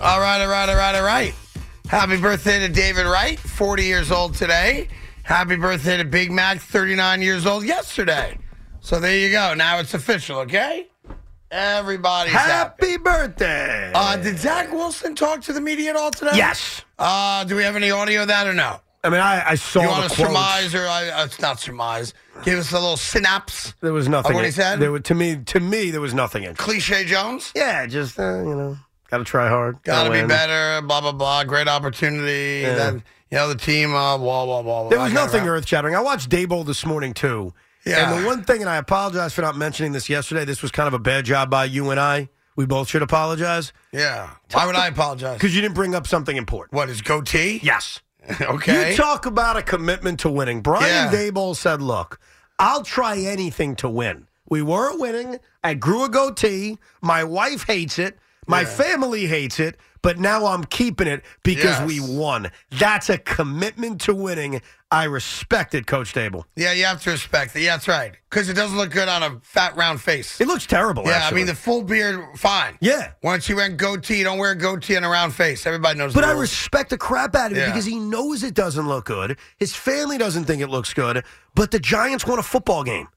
All right, all right, all right, all right. Happy birthday to David Wright, 40 years old today. Happy birthday to Big Mac, 39 years old yesterday. So there you go. Now it's official, okay? Everybody's happy. Happy birthday. Uh, did Zach Wilson talk to the media at all today? yes. Uh, do we have any audio of that or no? I mean, I, I saw You the want to quotes. surmise or I, uh, it's not surmise? Give us a little synapse. There was nothing. what he in- said? There were, to me, to me, there was nothing in. Cliche Jones. Yeah, just uh, you know, got to try hard. Gotta be win. better. Blah blah blah. Great opportunity. Yeah. Then you know the team. Uh, blah blah blah. There was nothing earth shattering. I watched Dayball this morning too. Yeah. And the one thing, and I apologize for not mentioning this yesterday. This was kind of a bad job by you and I. We both should apologize Yeah. Why would I apologize? because you didn't bring up something important. What is goatee? Yes. okay. You talk about a commitment to winning. Yeah. Brian Dayball said, "Look, I'll try anything to win. We weren't winning. I grew a goatee. My wife hates it. My family hates it. But now I'm keeping it because Yes. we won. That's a commitment to winning. I respect it, Coach Dable. yeah, you have to respect it. Yeah, that's right. Because it doesn't look good on a fat round face. It looks terrible. yeah, actually. I mean the full beard, fine. yeah. Once you went goatee, don't wear goatee on a round face. Everybody knows. But the I rules. respect the crap out of it Yeah. because he knows it doesn't look good. His family doesn't think it looks good. But the Giants won a football game,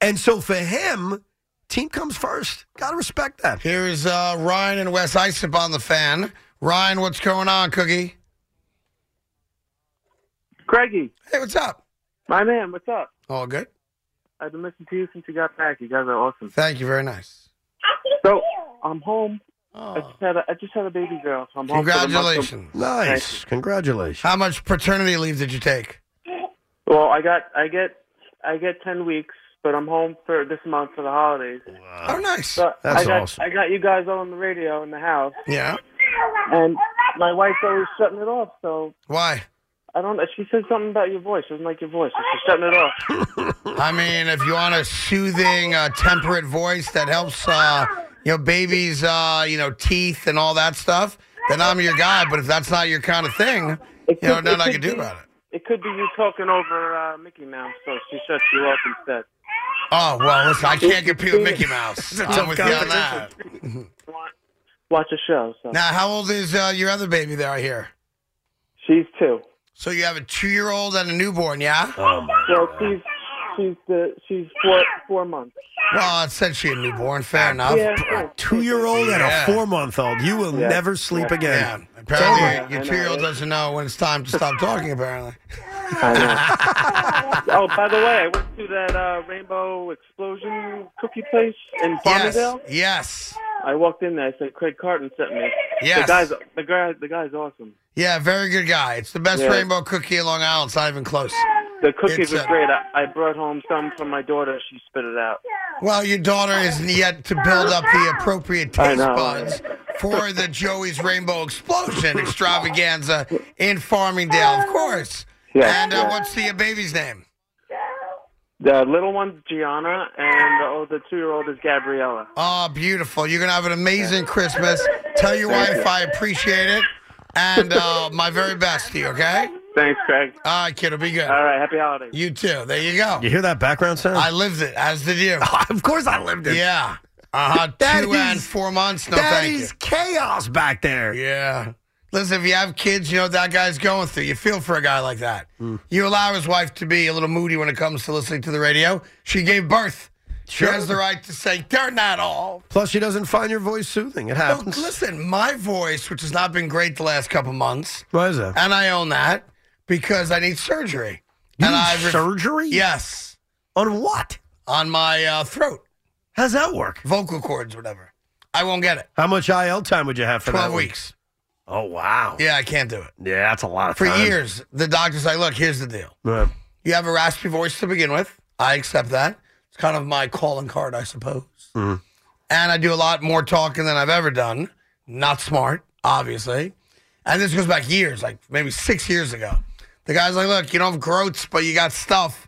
and so for him, team comes first. Gotta respect that. Here's uh, Ryan and Wes Isop on the fan. Ryan, what's going on, Cookie? Craigie, Hey, what's up? my man, what's up? All good. I've been listening to you since you got back. You guys are awesome. Thank you. Very nice. So I'm home. I Oh, just had a I just had a baby girl. So I'm home for the month of- congratulations. Nice, congratulations. How much paternity leave did you take? Well, I got I get I get ten weeks, but I'm home for this month for the holidays. Oh, nice. But That's I got awesome. I got you guys all on the radio in the house, Yeah. and my wife's always shutting it off. So Why? I don't. know. She said something about your voice. She doesn't like your voice. so She's shutting it off. I mean, if you want a soothing, uh, temperate voice that helps, uh, you know, babies, uh, you know, teeth and all that stuff, then I'm your guy. But if that's not your kind of thing, you It know, could- nothing it I could can do be- about it. It could be you talking over uh, Mickey Mouse, so she shuts you off instead. Oh well, listen, I can't compete with Mickey Mouse. I'm with you on that. Watch a show. So Now, how old is uh, your other baby there? I hear. she's two. So you have a two-year-old and a newborn, yeah? Well, she's she's the she's four four months. Well, it said she a newborn. Fair enough. Yeah, A two-year-old and Yeah. a four-month-old. You will Yeah. never sleep Yeah. again. Apparently, Yeah, I your know, two-year-old right? doesn't know when it's time to stop talking. Apparently. I know. oh, by the way, I went to that uh, Rainbow Explosion cookie place in Yes. Farmingdale. Yes. I walked in there. I said, "Craig Carton sent me." Yes. The guy's the guy the guy's awesome. Yeah, very good guy. It's the best Yeah. rainbow cookie in Long Island. It's not even close. The cookies It's, were uh, great. I, I brought home some for my daughter. She spit it out. Well, your daughter isn't yet to build up the appropriate I taste know. buds for the Joey's Rainbow Explosion extravaganza in Farmingdale, of course. Yes, and uh, yes. what's the baby's name? The little one's Gianna, and the, oh, the two-year-old is Gabriella. Oh, beautiful. You're going to have an amazing Christmas. Tell your wife I appreciate it. And uh, my very best to you, okay? Thanks, Craig. All right, kiddo, be good. All right, happy holidays. You too. There you go. You hear that background sound? I lived it, as did you. of course, I lived it. Yeah. Uh-huh. That Two is- and four months. No, That thank is chaos back there. you. Yeah. Listen, if you have kids, you know what that guy's going through. You feel for a guy like that. Mm. You allow his wife to be a little moody when it comes to listening to the radio. She gave birth. She Sure. has the right to say, they're not all. Plus, she doesn't find your voice soothing. It No, happens. listen, my voice, which has not been great the last couple months, Why is that? and I own that because I need surgery. You and need I've ref- surgery? Yes. On what? On my uh, throat, How's that work? vocal cords, whatever. I won't get it. How much IL time would you have for 12 that? weeks. One? Oh wow. Yeah, I can't do it. Yeah, that's a lot of For time. years, the doctor's like, look, here's the deal. Yeah. You have a raspy voice to begin with. I accept that. It's Mm. kind of my calling card, I suppose. And I do a lot more talking than I've ever done. Not smart, obviously. And this goes back years, like maybe six years ago. The guy's like, look, you don't have groats, but you got stuff.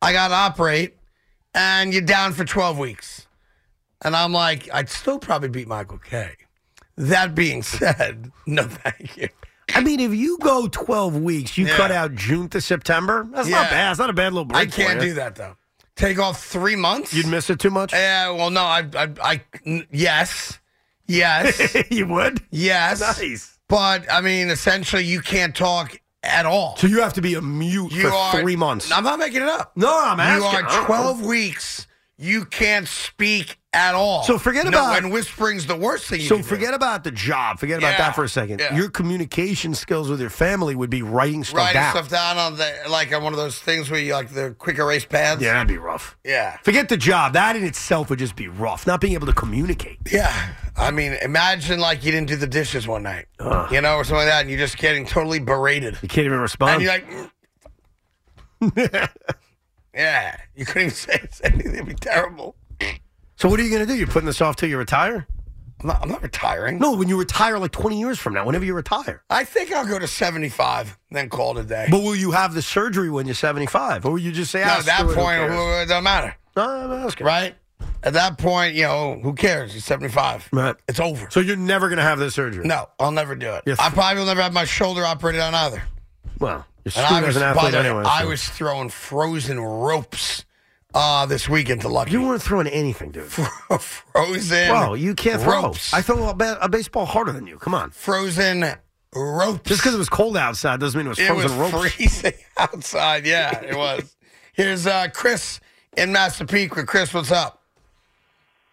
I got to operate, and you're down for 12 weeks. And I'm like, I'd still probably beat Michael K. That being said, no, thank you. I mean, if you go 12 weeks, you Yeah. cut out June to September. That's Yeah. not bad. That's not a bad little break. I can't for you. do that, though. Take off three months? Eh, You'd miss it too much. Yeah, well, no, I, I, I n- yes, yes, you would. yes. Nice. But I mean, essentially, you can't talk at all. So you have to be a mute You for three months. I'm not making it up. no, I'm you asking. Oh. I don't are know. 12 weeks. You can't speak at all. So forget No, about- and whispering's the worst thing. You So can do. forget about the job. Forget Yeah. about that for a second. Yeah. Your communication skills with your family would be writing stuff writing down. stuff down on the like on one of those things where you like the quick erase pads. Yeah, that'd be rough. yeah, Forget the job. That in itself would just be rough. Not being able to communicate. yeah. I mean, imagine like you didn't do the dishes one night, you know, or something like that, and you're just getting totally berated. You can't even respond. And you're like, "Mm." yeah, you couldn't even say say anything. It'd be terrible. so what are you going to do? You're putting this off till you retire? I'm not, I'm not retiring. No, when you retire, like 20 years from now, whenever you retire. I think I'll go to 75, then call it a day. But will you have the surgery when you're 75? Or will you just say, No, ah, at that screw it, who point, cares? it doesn't matter, No, I'm asking. right? At that point, you know, who cares? You're 75. Right. It's over. So you're never going to have the surgery? No, I'll never do it. Yes. I probably will never have my shoulder operated on either. Well, you're And I screwed was, as an by athlete the way, anyway. I so- was throwing frozen ropes uh, this weekend to Lucky. You weren't throwing anything, dude. frozen. Bro, you can't throw. ropes. I throw a, ba- a baseball harder than you. Come on. frozen ropes. Just because it was cold outside doesn't mean it was it frozen was ropes. freezing outside. Yeah, it was. Here's uh, Chris in Massapequa. Chris, what's up?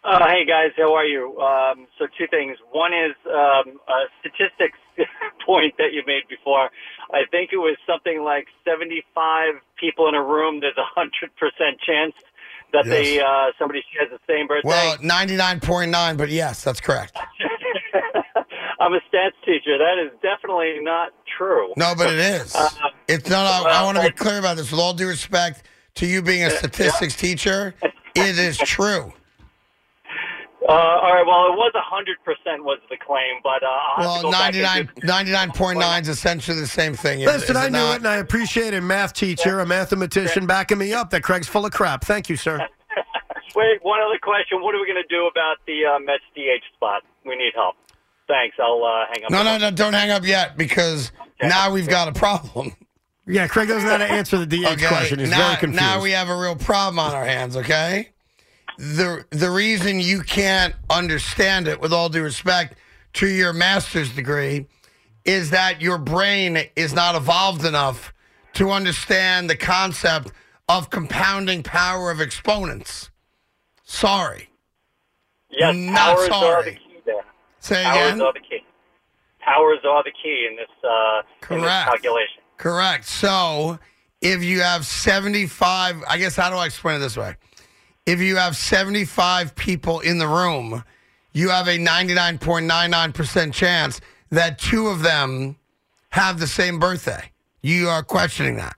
Uh, hey guys, how are you? Um, so two things. One is um, a statistics point that you made before. I think it was something like 75 people in a room. There's a hundred percent chance that they Yes. uh, somebody shares the same birthday. Well, ninety nine point nine, but yes, that's correct. I'm a stats teacher. That is definitely not true. No, but it is. Uh, It's not. I, I want to be clear about this. With all due respect to you being a statistics teacher, it is true. Uh, all right. Well, it was a hundred percent was the claim, but uh, I'll have to go Well, back and 99, do- 99.9 is essentially the same thing. is- Listen, is I knew not? it, and I appreciate a math teacher, a mathematician backing me up that Craig's full of crap. Thank you, sir. Wait, one other question. What are we going to do about the uh, Mets DH spot? We need help. Thanks. I'll uh, hang up. No, no, no! Don't hang up yet, because now we've got a problem. Yeah, Craig doesn't know how to answer the DH Okay. question. He's now, very confused. now we have a real problem on our hands, okay? The the reason you can't understand it, with all due respect to your master's degree, is that your brain is not evolved enough to understand the concept of compounding power of exponents. Sorry. Yes, Mm, Not powers are the sorry. key there. Say Powers again. are the key. Powers are the key in this, uh, in this Correct. calculation. Correct. So if you have 75, I guess, how do I explain it this way? If you have 75 people in the room, you have a 99.99% chance that two of them have the same birthday. You are questioning that.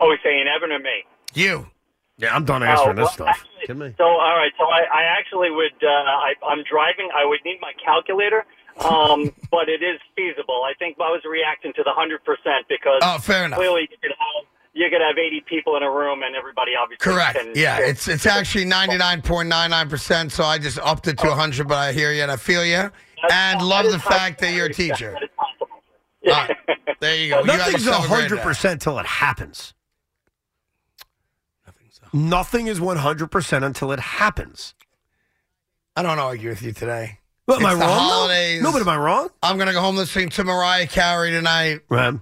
Oh, he's saying Evan or me? You. yeah, I'm done answering Oh, this well, stuff. actually- Kidding me? So, all right. So, I, I actually would. Uh, I, I'm driving. I would need my calculator, um, but it is feasible. I think I was reacting to the hundred percent because Oh, fair enough. clearly you could have you could have 80 people in a room and everybody obviously Correct. Can, Yeah, it's it's actually 99.99%, so I just upped it to 100, but I hear you and I feel you. And love the fact that you're a teacher. That is possible. All right, there you go. You have Nothing's yourself a great day. 100% till it happens. Nothing is 100% until it happens. I don't argue with you today. Well, am It's I the wrong? though? holidays. No, but am I wrong? I'm gonna go home listening to Mariah Carey tonight. Right.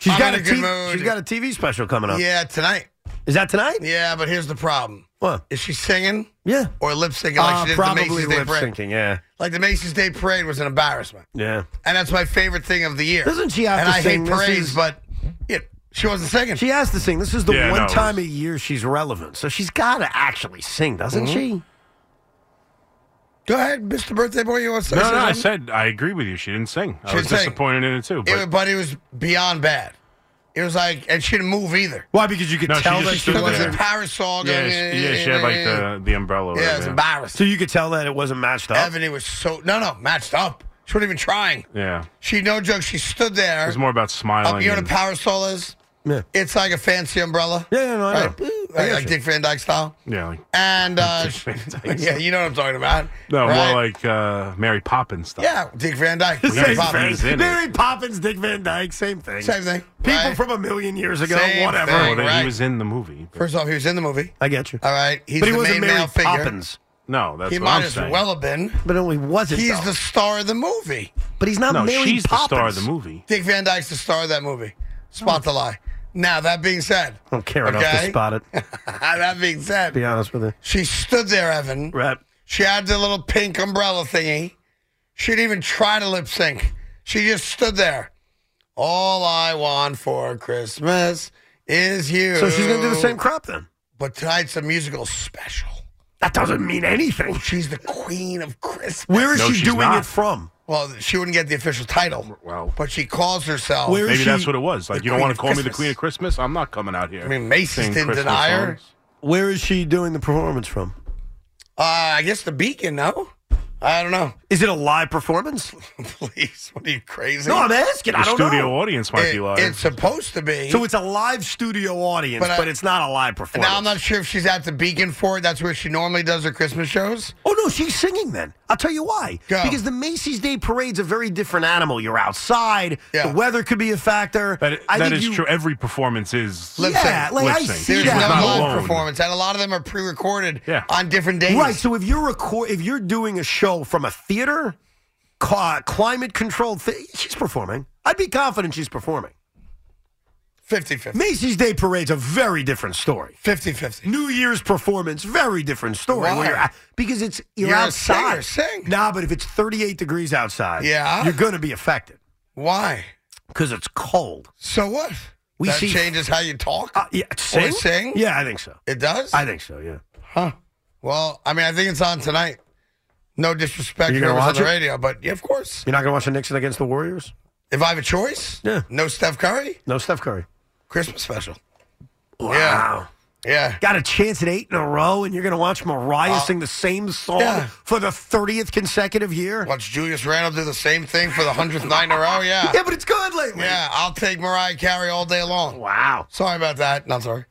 She's I'm got in a a good T- mood. she's got a TV special coming up. Yeah, tonight. Is that tonight? Yeah, but here's the problem: What? is she singing Yeah. or lip syncing like Uh, she did at the probably Macy's Day lip Parade? syncing. Yeah. Like the Macy's Day Parade was an embarrassment, Yeah. and that's my favorite thing of the year. Doesn't she have and to I sing? hate This parades, is- but yeah, she wasn't singing. She has to sing. This is the Yeah, one no, time a year she's relevant, so she's got to actually sing, doesn't she? Mm-hmm. go ahead, Mr. Birthday Boy. You want to say No, no, I something? said I agree with you. She didn't sing. I She was didn't sing. disappointed in it too. It But was- but it was beyond bad. It was like, and she didn't move either. Why? Because you could No, she tell just that she stood It was there. a Yeah. parasol. Yeah, going, she, yeah, she had like the, the umbrella. Yeah, it was over, embarrassing. So you could tell that it wasn't matched up. Ebony was so no no matched up. She wasn't even trying. yeah. She no joke. She stood It there. was more about Up, smiling. you know what and- a parasol is? Yeah. It's like a fancy umbrella. Yeah, yeah, no, I Right? know. Like, I got like you. Dick Van Dyke style. yeah, like, And uh, Dick Van Dyke yeah, you know what I'm talking about. no, right? more like uh, Mary Poppins stuff. yeah, Dick Van Dyke. The Mary same Same, Poppins thing. is in it. Mary Poppins, Dick Van Dyke, same thing. same thing. People right? from a million years ago, Same whatever. Well, thing. then right. he was in the movie. but- First off, he was in the movie. I get you. All right, he's but he the wasn't main Mary male figure. Poppins. no, Oh, that's He what might I'm as saying. well have been. But no, he wasn't. He's though. the star of the movie. but he's not no, Mary she's Poppins. Oh. the star of the movie. Dick Van Dyke's the star of that movie. Spot the lie. Now that being said, I don't care enough to Okay? spot it. to that being said, Be honest with you. she stood there, Evan. Right. She had the little pink umbrella thingy. She didn't even try to lip sync. She just stood there. All I want for Christmas is you. So she's gonna do the same crap then. But tonight's a musical special. Oh, That doesn't mean anything. She's the queen of Christmas. Where is No, she she's doing not. it from? Well, she wouldn't get the official title, Well, but she calls herself. Where- maybe she- that's what it was. Like, the you don't Queen want of to call me the Christmas. Queen of Christmas? I'm not coming out here. I mean, Macy's singing didn't Christmas deny her. songs. Where is she doing the performance from? Uh, I guess the Beacon. No, I don't know. Is it a live performance? Please, what are you crazy? No, I'm asking. The I don't studio know. audience might It- be live. It's supposed to be. So it's a live studio audience, but, But I- it's not a live performance. now I'm not sure if she's at the Beacon for it. That's where she normally does her Christmas shows. Oh no, she's singing then. I'll tell you why. Go. Because the Macy's Day Parade's a very different animal. You're outside. Yeah. The weather could be a factor. That, I that think is you- true. Every performance is. Lip Yeah, sync. like I Lip sync. see There's She's no that. not live alone. performance, and a lot of them are pre-recorded Yeah. on different days. Right. So if you're record, if you're doing a show from a theater, ca- climate controlled, thi- she's performing. I'd be confident she's performing. 50-50. Macy's Day Parade's a very different story. 50-50. New Year's performance, very different story. Why? Where you're at- because it's you're, You're a outside. singer, sing. Nah, but if it's 38 degrees outside, Yeah. you're going to be affected Why? because it's cold. So what? We that see- changes how you talk. Uh, yeah, sing? sing? Yeah, I think so. it does. I think so. Yeah. huh? Well, I mean, I think it's on tonight. No disrespect to You gonna whoever's on watch the it? radio, but yeah, of course. You're not going to watch the Nixon against the Warriors? If I have a choice, Yeah. no Steph Curry, No, Steph Curry. Christmas special. Wow. Yeah. Got a chance at eight in a row, and you're going to watch Mariah Uh, sing the same song yeah. for the 30th consecutive year? Watch Julius Randle do the same thing for the hundredth night in a row. Yeah. Yeah, but it's good lately. Yeah, I'll take Mariah Carey all day long. Wow. Sorry about that. Not sorry.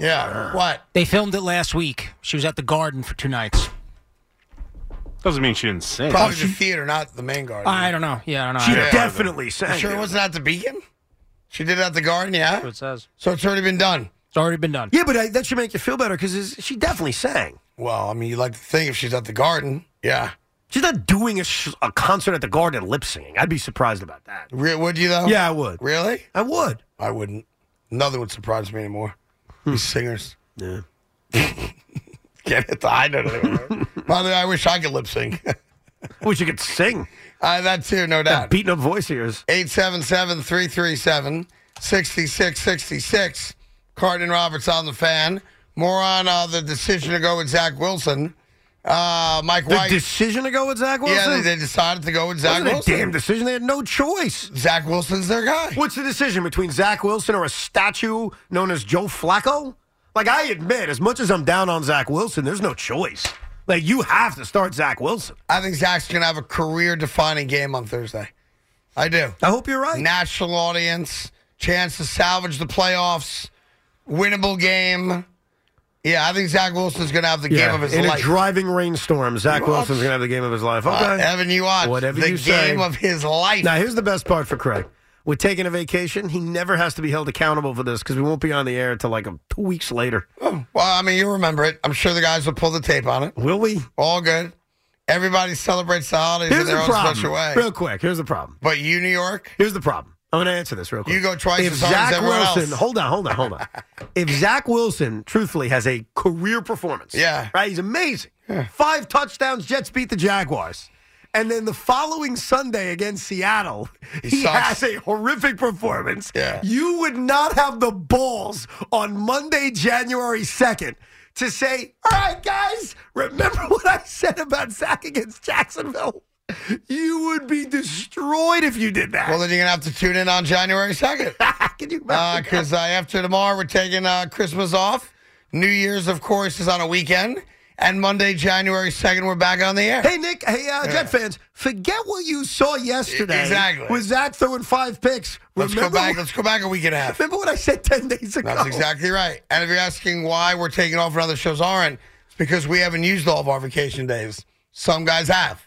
Yeah. What? They filmed it last week. She was at the Garden for two nights. Doesn't mean she didn't sing. Probably the theater, not the main garden. I don't know. Yeah, I don't know. Oh, She I don't know definitely sang. sure it wasn't at the beacon? She did it at the garden, yeah? what it says. So it's already been done. It's already been done. Yeah, but I, that should make you feel better because she definitely sang. Well, I mean, you like to think if she's at the garden. Yeah. She's not doing a, sh- a concert at the Garden lip singing. I'd be surprised about that. Re- would you, though? Yeah, I would. Really? I would. Hmm. I wouldn't. Nothing would surprise me anymore. These singers. Yeah. Can't hit the high note anymore. By the way, I wish I could lip sync. Wish you could sing. uh, that too, no doubt. That beaten up voice of yours. 877-337-6666. Cardin Roberts on the fan. More on uh, the decision to go with Zach Wilson. Uh, Mike The White. decision to go with Zach Wilson? yeah, they, they decided to go with Zach wasn't a Wilson. damn decision. They had no choice. Zach Wilson's their guy. What's the decision between Zach Wilson or a statue known as Joe Flacco? Like, I admit, as much as I'm down on Zach Wilson, there's no choice. Like, you have to start Zach Wilson. I think Zach's going to have a career-defining game on Thursday. I do. I hope you're right. National audience, chance to salvage the playoffs, winnable game. Yeah, I think Zach Wilson's going to have the game of his in life. a driving rainstorm, Zach What? Wilson's going to have the game of his life. Okay. Uh, Evan, you watch Whatever the you say. game of his life. Now, here's the best part for Craig. With taking a vacation, he never has to be held accountable for this because we won't be on the air until like a, two weeks later. Well, I mean, you remember it. I'm sure the guys will pull the tape on it. Will we? All good. Everybody celebrates the holidays Here's in their the own special way. problem. Real quick, here's the problem. But you, New York, Here's the problem. I'm going to answer this real quick. You go twice If as hard as Zach everyone Wilson, else. hold on, hold on, hold on. if Zach Wilson, truthfully, has a career performance, Yeah. right, he's amazing. Five touchdowns, Jets beat the Jaguars, and then the following Sunday against Seattle, he, sucks. has a horrific performance. Yeah. you would not have the balls on Monday, January second. To say, all right, guys, remember what I said about Zach against Jacksonville? You would be destroyed if you did that. well, then you're going to have to tune in on January 2nd. Can you imagine? Because uh, after tomorrow, we're taking uh, Christmas off. New Year's, of course, is on a weekend. And Monday, January 2nd, we're back on the air. Hey Nick, hey uh, Jet fans, forget what you saw yesterday. Exactly. With Zach throwing five picks. let's go Remember- back. Let's go back a week and a half. Remember what I said ten days ago? That's exactly right. And if you're asking why we're taking off and other shows aren't, it's because we haven't used all of our vacation days. Some guys have.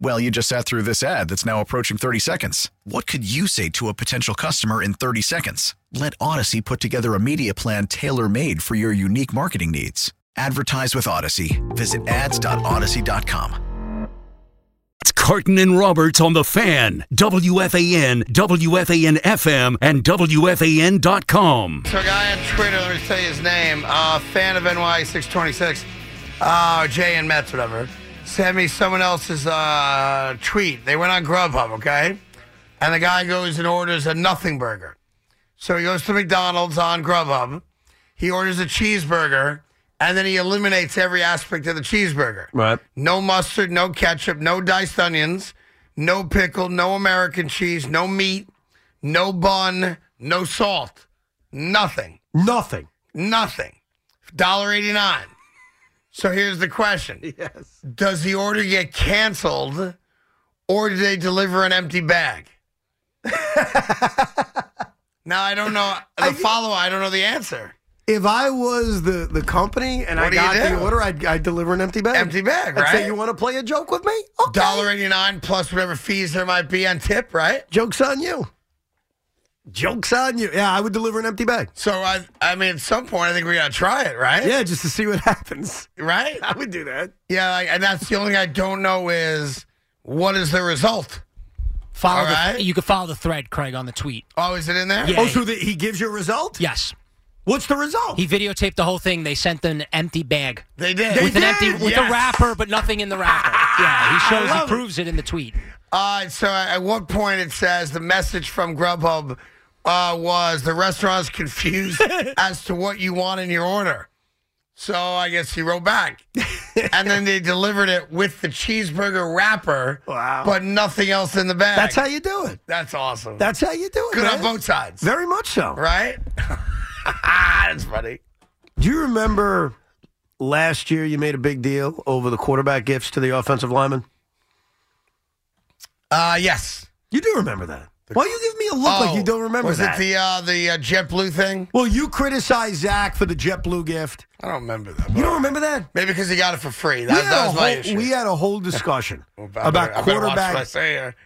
Well, you just sat through this ad that's now approaching 30 seconds. What could you say to a potential customer in 30 seconds? Let Odyssey put together a media plan tailor made for your unique marketing needs. Advertise with Odyssey. Visit ads.odyssey.com. It's Carton and Roberts on the fan, WFAN, WFAN FM, and WFAN.com. So, a guy on Twitter, let me say his name, uh, fan of NY626, uh, Jay and Mets, whatever, sent me someone else's uh, tweet. They went on Grubhub, okay? And the guy goes and orders a nothing burger. So he goes to McDonald's on Grubhub, he orders a cheeseburger, and then he eliminates every aspect of the cheeseburger. Right. No mustard, no ketchup, no diced onions, no pickle, no American cheese, no meat, no bun, no salt, nothing, Nothing. nothing. Dollar eighty nine. So here's the question: Yes. Does the order get canceled, or do they deliver an empty bag? now I don't know the follow. I don't know the answer. If I was the, the company and I What do you got the do? order, I'd, I'd deliver an empty bag. Empty bag, I'd right? say, you want to play a joke with me? Okay. Dollar eighty nine plus whatever fees there might be on tip, right? Joke's on you. Joke's on you. Yeah, I would deliver an empty bag. So I, I mean, at some point, I think we gotta try it, right? Yeah, just to see what happens. Right? I would do that. Yeah, like, and that's the only thing I don't know is what is the result? Follow All the, right. You can follow the thread, Craig, on the tweet. Oh, is it in there? Yeah. Oh, so the, he gives you a result? Yes. What's the result? He videotaped the whole thing. They sent an empty bag. They did. with an empty with Yes. a wrapper, but nothing in the wrapper. yeah, Ah, he shows love he it. proves it in the tweet. Uh, so at what point it says the message from Grubhub uh, was the restaurant's confused as to what you want in your order. So I guess he wrote back. and then they delivered it with the cheeseburger wrapper, Wow. but nothing else in the bag. That's how you do it. That's awesome. That's how you do it. good man. on both sides. Very much so. right? That's funny. Do you remember last year you made a big deal over the quarterback gifts to the offensive lineman? Uh, yes. Oh, You do remember that. Why you give me a look like you don't remember was that? it the uh, the uh, JetBlue thing? well, you criticize Zach for the JetBlue gift. I don't remember that. You don't remember that? Maybe because he got it for free. We That, had, that a was my whole, issue. we had a whole discussion I about better- I better watch quarterback. what I say here.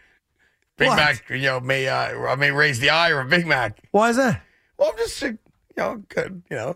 Big What? Mac, you know, may uh, I may raise the ire of Big Mac. Why is that? Well, I'm just, uh, you know, good. You know,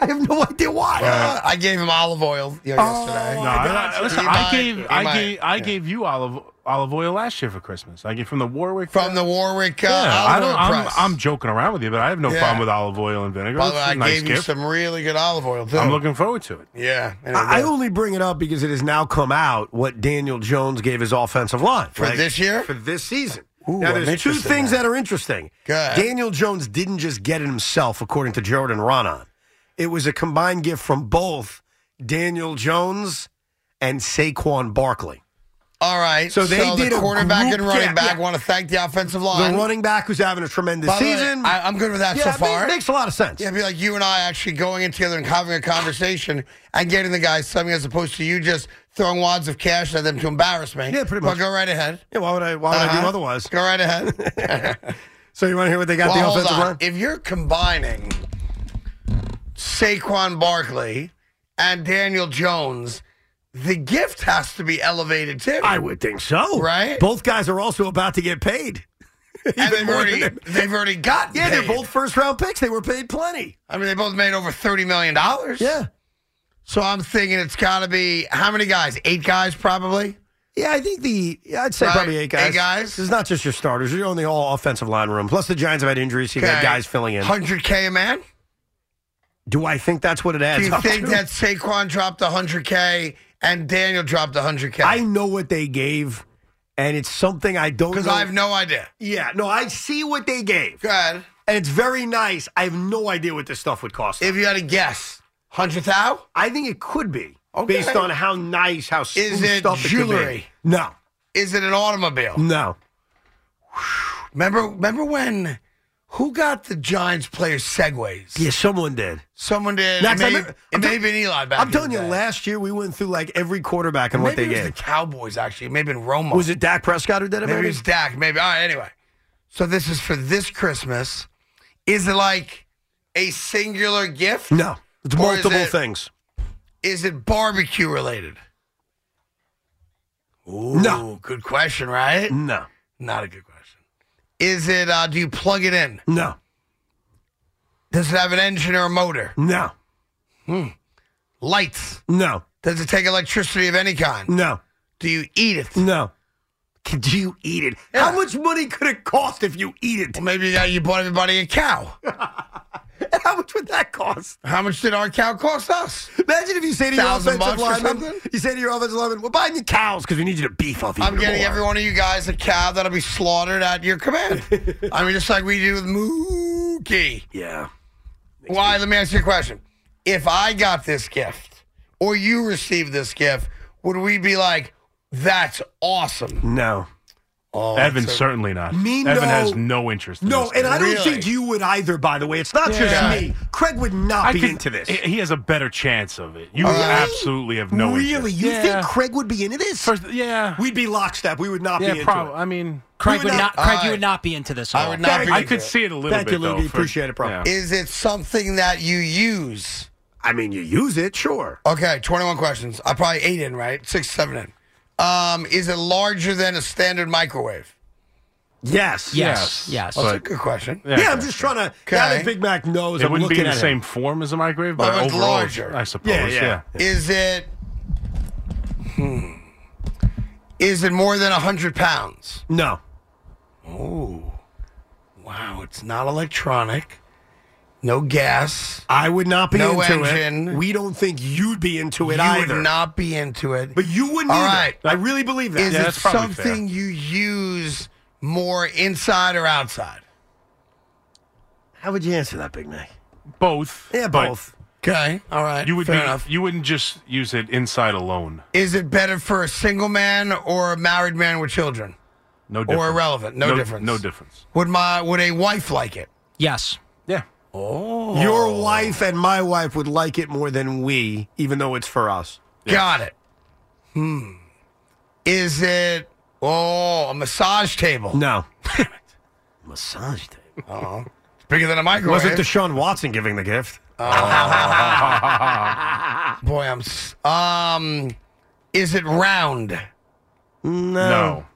I have no idea why. uh, I gave him olive oil you know, yesterday. No, Oh, I, I- listen, He I might- he gave I might, gave I yeah. gave you olive olive oil last year for Christmas. I get from the Warwick. from the Warwick uh, yeah, I olive don't. oil I'm, press. I'm joking around with you, but I have no Yeah. problem with olive oil and vinegar. By the It's way, a I nice gave you gift. some really good olive oil too. I'm looking forward to it. yeah, and it I I was- only bring it up because it has now come out what Daniel Jones gave his offensive line for this year. for this season. Ooh, now, I'm there's two interested in things that. that. are interesting. Good. Daniel Jones didn't just get it himself, according to Jordan Ronan. It was a combined gift from both Daniel Jones and Saquon Barkley. All right. So they did the a quarterback group and running camp, back. yeah. Want to thank the offensive The line. running back who's having a tremendous By the way, season. I, am good with that yeah, so it ma- far. makes a lot of sense. Yeah, it'd be like you and I actually going in together and having a conversation and getting the guy something as opposed to you just throwing wads of cash at them to embarrass me. Yeah, pretty much. But go right ahead. Yeah, why would I? Why would I do Uh-huh. otherwise? Go right ahead. So you want to hear what they got well, the hold offensive on. line? If you're combining Saquon Barkley and Daniel Jones, the gift has to be elevated too. I would think so. Right? Both guys are also about to get paid. and they've more already than they've already gotten. Yeah, paid. they're both first round picks. They were paid plenty. I mean, they both made over thirty million dollars. Yeah. So I'm thinking it's got to be how many guys? Eight guys probably. Yeah, I think the yeah, I'd say Right. probably eight guys. Eight guys? It's not just your starters. You're on the all offensive line room. Plus the Giants have had injuries. You've had guys filling in. Hundred k a man. Do I think that's what it Do adds? you up think to? that Saquon dropped hundred k and Daniel dropped hundred I k? know what they gave, and it's something I don't. Because know- I have no idea. Yeah, no, I see what they gave, Go ahead. and it's very nice. I have no idea what this stuff would cost. If you had a guess, hundred thou? I think it could be Okay. based on how nice, how Is smooth it stuff could be. jewelry? No, Is it an automobile? no. Remember, remember when? Who got the Giants players segways? Yeah, someone did. Someone did. Next, it I may, remember- it I'm may tell- have been Eli back. I'm in telling the you, day. last year we went through like every quarterback and maybe what they it was gave. the Cowboys. Actually, it may have been Romo. was it Dak Prescott who did it? maybe, it's Dak. Maybe. All right. Anyway, so this is for this Christmas. Is it like a singular gift? No, it's Or is multiple it- things. Is it barbecue related? Ooh, No. Good question, right? No, Not a good question. Is it? Uh, do you plug it in? no, Does it have an engine or a motor? no, Hmm. Lights. no, Does it take electricity of any kind? no, Do you eat it? Well, no. Could you eat it? Yeah. How much money could it cost if you eat it? maybe uh, you, got, you bought everybody a cow. How much would that cost? How much did our cow cost us? Imagine if you say to your Thousand offensive bucks or lineman, something? you say to your offensive lineman, "We're buying you cows because we need you to beef up." I'm even getting more." every one of you guys a cow that'll be slaughtered at your command. I mean, just like we do with Mookie. Yeah. Why? Let me ask you a question. If I got this gift or you received this gift, would we be like, that's awesome? No. Oh, Evan that's a- certainly not. Me, Evan no. has no interest. In No, this Oh, and I don't Really? think you would either. By the way, it's not Yeah. just me. Craig would not I be could- into this. he- He has a better chance of it. You Really? absolutely have no really, interest. you Yeah. think Craig would be into this? First, yeah, We'd be lockstep. We would not be yeah, into probably. it. I mean, Craig would would not- not. Craig, I- you would not be into this. At I all. would not be I into could it. see it a little Thank bit. you, Luby. though, for- Appreciate it, bro. Yeah. Is it something that you use? I mean, you use it, sure. Okay, 21 questions. I probably eight in, right? Six, seven in. Um, is it larger than a standard microwave? Yes. Yes. Yes. Yes. Well, But- that's a Ah, good question. Yeah, I'm okay. just trying to. Okay. Now that Big Mac knows, It I'm wouldn't be in looking the at same him. form as a microwave, But but, it's overall, larger. I suppose. Yeah, Yeah, yeah. Is it? Hmm. Is it more than hundred pounds? No. Oh, wow! It's not electronic. No gas. I would not be No into it. engine. We don't think you'd be into it you either. would not be into it. but you wouldn't All either. right. I really believe that. is Yeah, it that's probably something you use more inside or outside? How would you answer that, Big Mac? Both. Yeah, but both. Okay. All right. You would Fair be. enough. You wouldn't just use it inside alone. Is it better for a single man or a married man with children? No difference. irrelevant. No difference. No difference. Would my would a wife like it? yes. Yeah. Oh, Your wife and my wife would like it more than we, even though it's for us. Got it. Hmm. Is it oh a massage table? No. Massage thing. Uh-huh. It's bigger than a microwave. Wasn't Deshaun Watson giving the gift? Oh. Boy, I'm. s- Um. Is it round? No.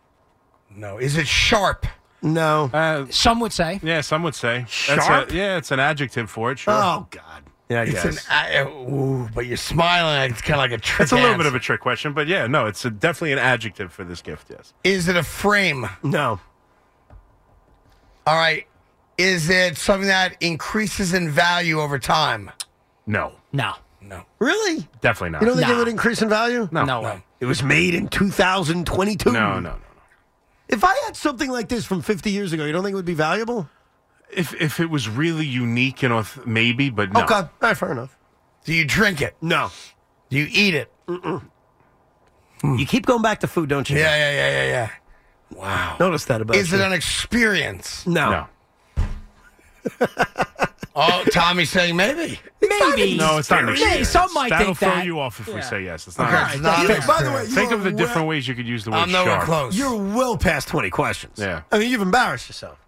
No. Is it sharp? No. Uh, Some would say. yeah, some would say. Sharp? That's a, yeah, it's an adjective for it. Sure. Oh, God. Yeah, I It's guess. an. I, ooh, but you're smiling. It's kind of like a trick. It's a little bit answer. of a trick question, but yeah, no, it's a, definitely an adjective for this gift. Yes. Is it a frame? no. All right. Is it something that increases in value over time? No. No. No. Really? Definitely not. You don't think it Nah. would increase in value? no. No. No. It was made in 2022. No. No. No. If I had something like this from 50 years ago, you don't think it would be valuable? If if it was really unique and auth- maybe, but no. Okay. All right, fair enough. Do you drink it? No. Do you eat it? You keep going back to food, don't you? Yeah, yeah, yeah, yeah, yeah. Wow. Notice that about Is you. it an experience? no. No. Oh, Tommy's saying maybe. Maybe. No, it's not an Maybe. experience. Some might That'll think throw that. you off if we say yes. It's not. Okay, an it's experience. not an Yeah, by the way, experience. you Think are of the well- different ways you could use the word I'm nowhere sharp. close. You're well past 20 questions. Yeah. I mean, you've embarrassed yourself.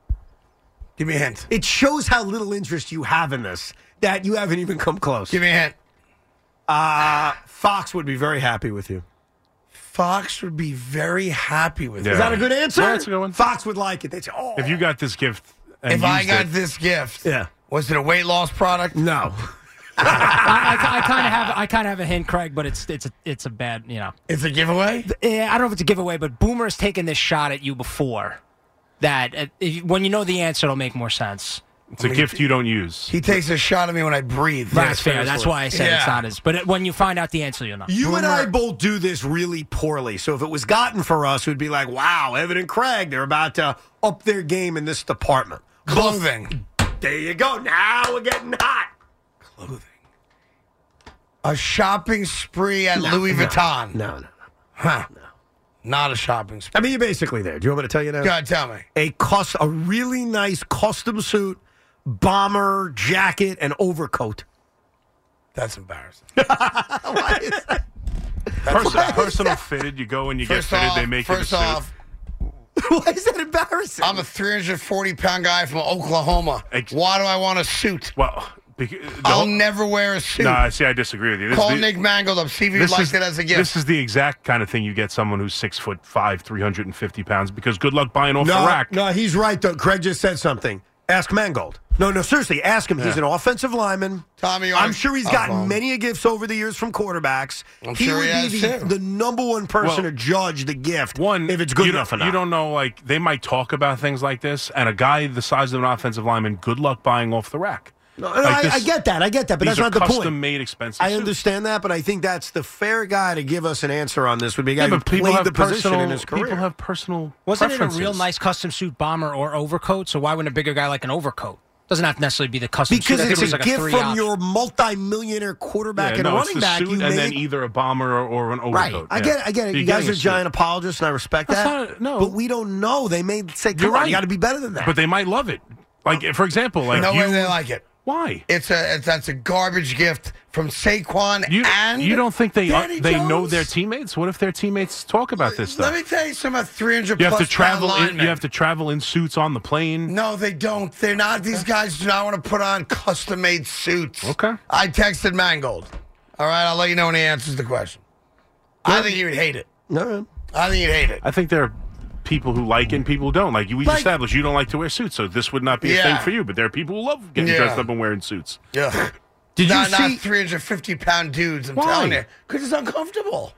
Give me a hint. It shows how little interest you have in this that you haven't even come close. Give me a hint. Uh, Fox would be very happy with you. Fox would be very happy with Yeah. it. Is that a good answer? Yeah, that's a good one. Fox would like it. They'd say, oh. If you got this gift, and If I used got it, this gift, Yeah. was it a weight loss product? No. I, I, I kind of have I kind of have a hint, Craig, but it's it's a it's a bad you know. It's a giveaway? Eh, I don't know if it's a giveaway, but Boomer's taken this shot at you before. That uh, if, when you know the answer, it'll make more sense. it's a gift you don't use. He takes a shot at me when I breathe. That's fair. That's why I said Yeah. it's not as. But it, when you find out the answer, you'll know. You and I both do this really poorly. So if it was gotten for us, we'd be like, wow, Evan and Craig, they're about to up their game in this department. Clothing. There you go. Now we're getting hot. Clothing. A shopping spree at Louis Vuitton. No, no. Huh. Not a shopping spree. I mean, you're basically there. Do you want me to tell you now? God, tell me. A cost, a really nice custom suit, bomber jacket, and overcoat. That's embarrassing. Person, personal fitted. You go and you First get fitted. off, they make first it a suit. off, Why is that embarrassing? I'm a 340 pound guy from Oklahoma. Ex- Why do I want a suit? Well, because I'll never wear a suit. Nah, see, I disagree with you. This, Call the- Nick Mangold up. See if he this likes is, it as a gift. This is the exact kind of thing you get someone who's six foot five, three hundred and fifty pounds. Because good luck buying off the No, rack. no, he's right though. Craig just said something. Ask Mangold. No, no, seriously, ask him. He's an offensive lineman. Tommy, I'm Arm- sure he's Oh, gotten well. many gifts over the years from quarterbacks. I'm he sure would he has, be the, too. the number one person Well, to judge the gift. One, if it's good you enough or don't, not. you don't know. Like they might talk about things like this, and a guy the size of an offensive lineman. Good luck buying off the rack. No, no, Like I, this- I get that. I get that, but these that's are not the custom point. made expensive. I suits. understand that, but I think that's the fair guy to give us an answer on this would be a guy Yeah, who but people played have the position personal. in his career. People have personal. Wasn't it a real preferences. nice custom suit bomber or overcoat? So why wouldn't a bigger guy like an overcoat? Doesn't have to necessarily be the custom because suit. I think it's it was a like gift three from option. your multimillionaire quarterback Yeah, and no, it's running the back. suit you and then make- either a bomber or, or an overcoat. Right. I yeah. get it. I get it. You're You guys getting are a suit. giant apologists, and I respect That's that. not- no. But we don't know. They may say, come You're on, right. you got to be better than that. But they might love it. Like for example, like no you, way they like it. why? It's a it's, that's a garbage gift from Saquon You, and you don't think they uh, Danny they know Jones? their teammates? What if their teammates talk about this Let stuff? me tell you something. about 300 You have to plus pound travel. In, linemen. you have to travel in suits on the plane. No, they don't. They're not. These guys do not want to put on custom made suits. Okay. I texted Mangold. All right, I'll let you know when he answers the question. I think he would hate it. no. I think he'd hate it. I think there are people who like it and people who don't like. We Like- established you don't like to wear suits, so this would not be Yeah. a thing for you. But there are people who love getting Yeah. dressed up and wearing suits. Yeah. Did you not, see? not 350 pound dudes, I'm Why? telling you. Because it's uncomfortable.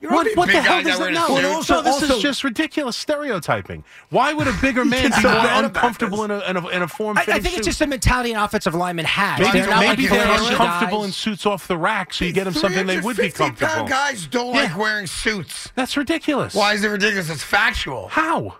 You're What, what the hell does that? that wear No, a and suit. also, No, this also- is just ridiculous stereotyping. Why would a bigger man It's be so more bad about uncomfortable in a, in a, in a form? I, I think it's just the mentality an offensive lineman has. Maybe they're not maybe like they're the other uncomfortable guys. in suits off the rack, so you get them something they would be 350 comfortable. pound guys don't Yeah. like wearing suits. That's ridiculous. Why is it ridiculous? It's factual. How?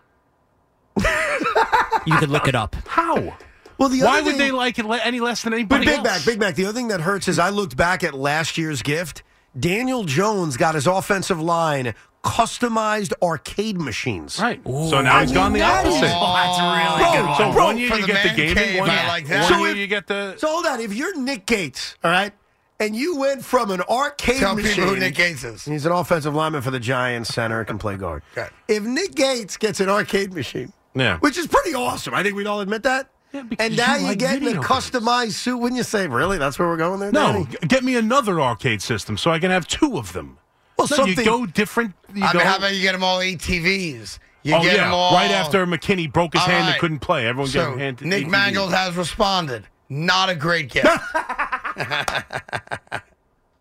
You could look it up. How? Well, the Why other would thing- they like it le- any less than But anybody Big else? Mac, Big Mac. The other thing that hurts is I looked back at last year's gift. Daniel Jones got his offensive line customized arcade machines. Right. so now he's mean, gone the that is- opposite. Oh, that's really good So one. one year For you the get the man gaming, cave, one, I year- like that. one So year if- you get the. So hold on. If you're Nick Gates, all right, and you went from an arcade Tell machine. people who Nick Gates is. He's an offensive lineman for the Giants, center, can play guard. Okay. If Nick Gates gets an arcade machine, Yeah. which is pretty awesome, I think we'd all admit that. Yeah, because and now you you like get a video customized suit, wouldn't you say? Really, that's where we're going there? no, Danny? g- get me another arcade system so I can have two of them. well, No, something. you go different. You I go, mean, how about you get them all ATVs? You oh, get yeah. them all. Right after McKinney broke his All hand right. and couldn't play. Everyone So, gave him hand. Nick ATV. Mangold has responded. Not a great gift.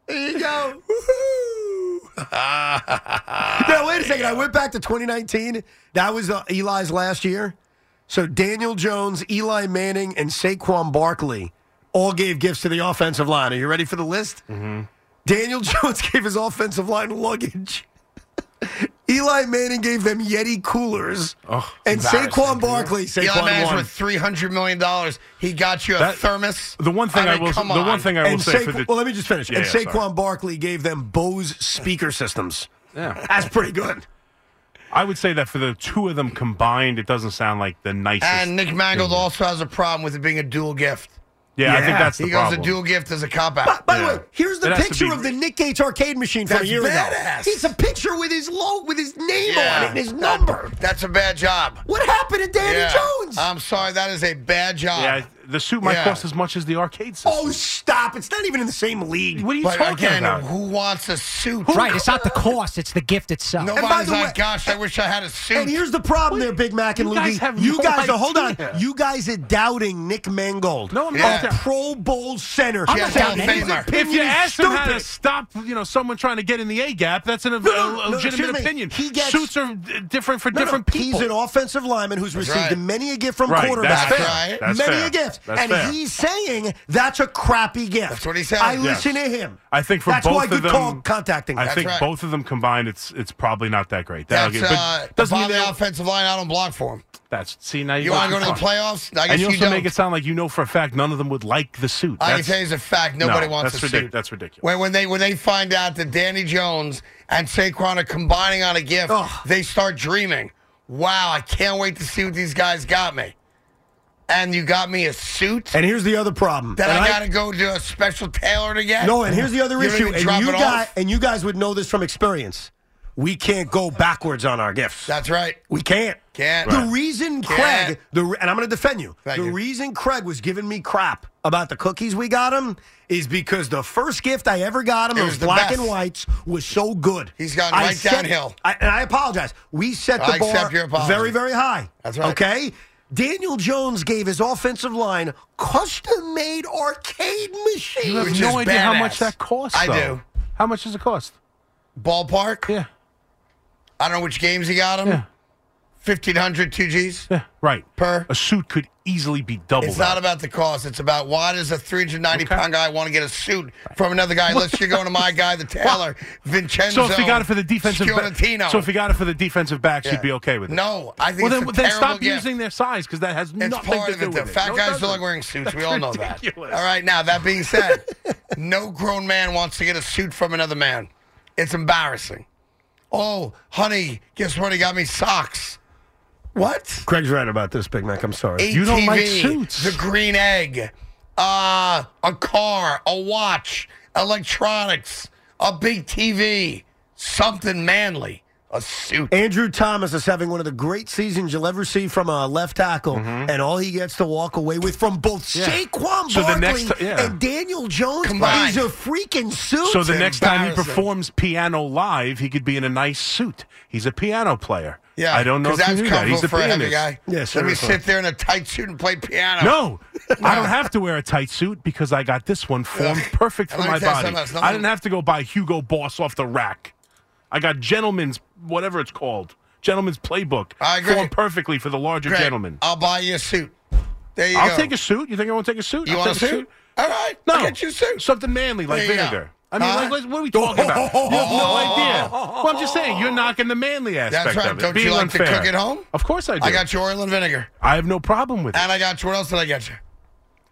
there you go. no, wait a second. I went back to 2019. That was uh, Eli's last year. So Daniel Jones, Eli Manning, and Saquon Barkley all gave gifts to the offensive line. Are you ready for the list? Mm-hmm. Daniel Jones gave his offensive line luggage. Eli Manning gave them Yeti coolers. Oh, and Saquon Barkley, Elon Saquon Musk's won. worth three hundred million dollars. He got you a That- thermos. The one thing I, mean, will. Come the on. one thing I will and say for Saquon- the. well, let me just finish. Yeah, and yeah, sorry. Saquon Barkley gave them Bose speaker systems. Yeah. That's pretty good. I would say that for the two of them combined, it doesn't sound like the nicest. and Nick Mangold also has a problem with it being a dual gift. yeah, I Yeah. think that's the He goes problem. a dual gift as a cop out. By the Yeah. way, here's the It has to picture be- of the Nick Gates arcade machine from That's a year badass. ago. It's a picture with his low, with his name on it and his That- number. that's a bad job. What happened to Danny Yeah. Jones? I'm sorry, that is a bad job. Yeah, the suit might Yeah. cost as much as the arcade system. Oh, stop! It's not even in the same league. What are you But talking again, about? who wants a suit? Right, it's not the cost, it's the gift itself. by Nobody's the like, way- gosh, I wish I had a suit. And here's the problem there, Big Mac and You guys Luigi. have you no guys are hold on. idea. You guys are doubting Nick Mangold. No, I'm Yeah. not. a Pro Bowl center. I'm not doubting His anything. If opinion you is ask him how to stupid. stop, you know, someone trying to get in the A gap, that's an, a, no, a no, excuse legitimate me. opinion. He gets- Suits are uh, different for No, no, different people. He's an offensive lineman who's received right. many a gift from Right, quarterbacks. that's fair. That's many fair. a gift. That's and fair. he's saying that's a crappy gift. That's what he said. I Yes. listen to him. I think for that's both why of good them, call contacting him. I think right. both of them combined, it's it's probably not that great. That'll That's get- but uh, the doesn't bottom mean of the they'll- offensive line. I don't block for him. That's see now You want to go to the playoffs? I guess and you you, also don't. make it sound like you know for a fact none of them would like the suit. I can That's- tell you as a fact, nobody no, wants that's a ridic- suit. That's ridiculous. When, when they when they find out that Danny Jones and Saquon are combining on a gift, Ugh. they start dreaming. Wow, I can't wait to see what these guys got me. And you got me a suit and here's the other problem. that And I got to go do a special tailor to get. No, and here's the other You don't issue. even And drop you it guys off? and you guys would know this from experience. We can't go backwards on our gifts. That's right. we can't. Can't. The reason Can't. Craig, the re- and I'm going to defend you. Thank the you. reason Craig was giving me crap about the cookies we got him is because the first gift I ever got him, It those was the black best. and whites, was so good. He's gone I right set- downhill. I, and I apologize. We set the I bar accept your apology. very, very high. That's right. Okay. Daniel Jones gave his offensive line custom-made arcade machine. you have Which no is idea how badass. much that costs. I though. do. How much does it cost? Ballpark. Yeah, I don't know which games he got him. Yeah. 1500 two G's. yeah, right. Per. a suit could easily be double. It's that. not about the cost. It's about why does a 390 Okay. pound guy want to get a suit from another guy unless you're going to my guy, the tailor, Vincenzo. So if you got it for the defensive, Scionatino. ba- so if you got it for the defensive backs, Yeah. you'd be okay with it. No, I think Well, it's then, a then terrible stop gift. using their size because that has It's nothing part to of do it. The with it. fat No, it guys don't doesn't. like wearing suits. That's we all know ridiculous. that. All right, now that being said, no grown man wants to get a suit from another man. It's embarrassing. Oh, honey, guess what? He got me socks. What? Craig's right about this, Big Mac. I'm sorry. ATV, You don't like suits. The green egg, uh, a car, a watch, electronics, a big TV, something manly, a suit. Andrew Thomas is having one of the great seasons you'll ever see from a left tackle, Mm-hmm. and all he gets to walk away with from both Saquon So the Barkley next ti- yeah. and Daniel Jones Combined. is a freaking suit. So the It's next time he embarrassing. performs piano live, he could be in a nice suit. He's a piano player. I don't know 'cause if you that's knew that. comfortable He's a for a heavy pianist. guy. Yeah, sure Let me is. sit there in a tight suit and play piano. No, I don't have to wear a tight suit because I got this one formed perfect for Let me my tell you body. something else. Nothing- I didn't have to go buy Hugo Boss off the rack. I got Gentleman's, whatever it's called, Gentleman's Playbook, I agree. formed perfectly for the larger Great. gentleman. I'll buy you a suit. There you I'll go. take a suit. You think I won't take a suit? You I'll want a take suit? All right. No, I'll get you a suit. something manly like There you go. vinegar. I mean, Huh? like, like, what are we talking about? You have no idea. Well, I'm just saying, you're knocking the manly aspect right. of it. Don't being you like to unfair. cook at home? Of course I do. I got you oil and vinegar. I have no problem with it. And I got you. What else did I get you?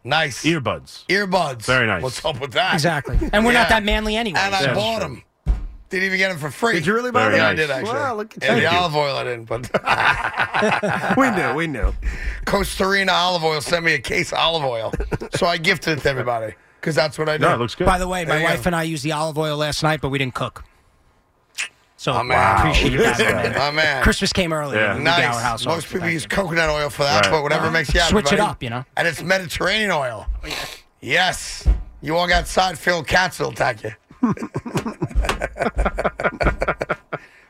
Nice. Earbuds. Earbuds. Very nice. What's up with that? Exactly. And we're not Yeah. that manly anyway. And I That's bought true. them. Didn't even get them for free. Did you really buy Very Yeah, I that? nice. did actually. Wow, look at yeah, the you. olive oil I didn't, but We knew, we knew. Costa Rica olive oil sent me a case of olive oil, so I gifted it to everybody because that's what I do. No, it looks good. By the way, There my you go. wife and I used the olive oil last night, but we didn't cook. So Oh, man. I appreciate Wow. that. man. My man. Christmas came early. Yeah. and we did nice. our house Most people use coconut oil for that, Right. but whatever makes you happy. Uh-huh. Switch it buddy. up, you know? Oh, And it's Mediterranean oil. Yes. You walk outside, Phil Katz will attack you.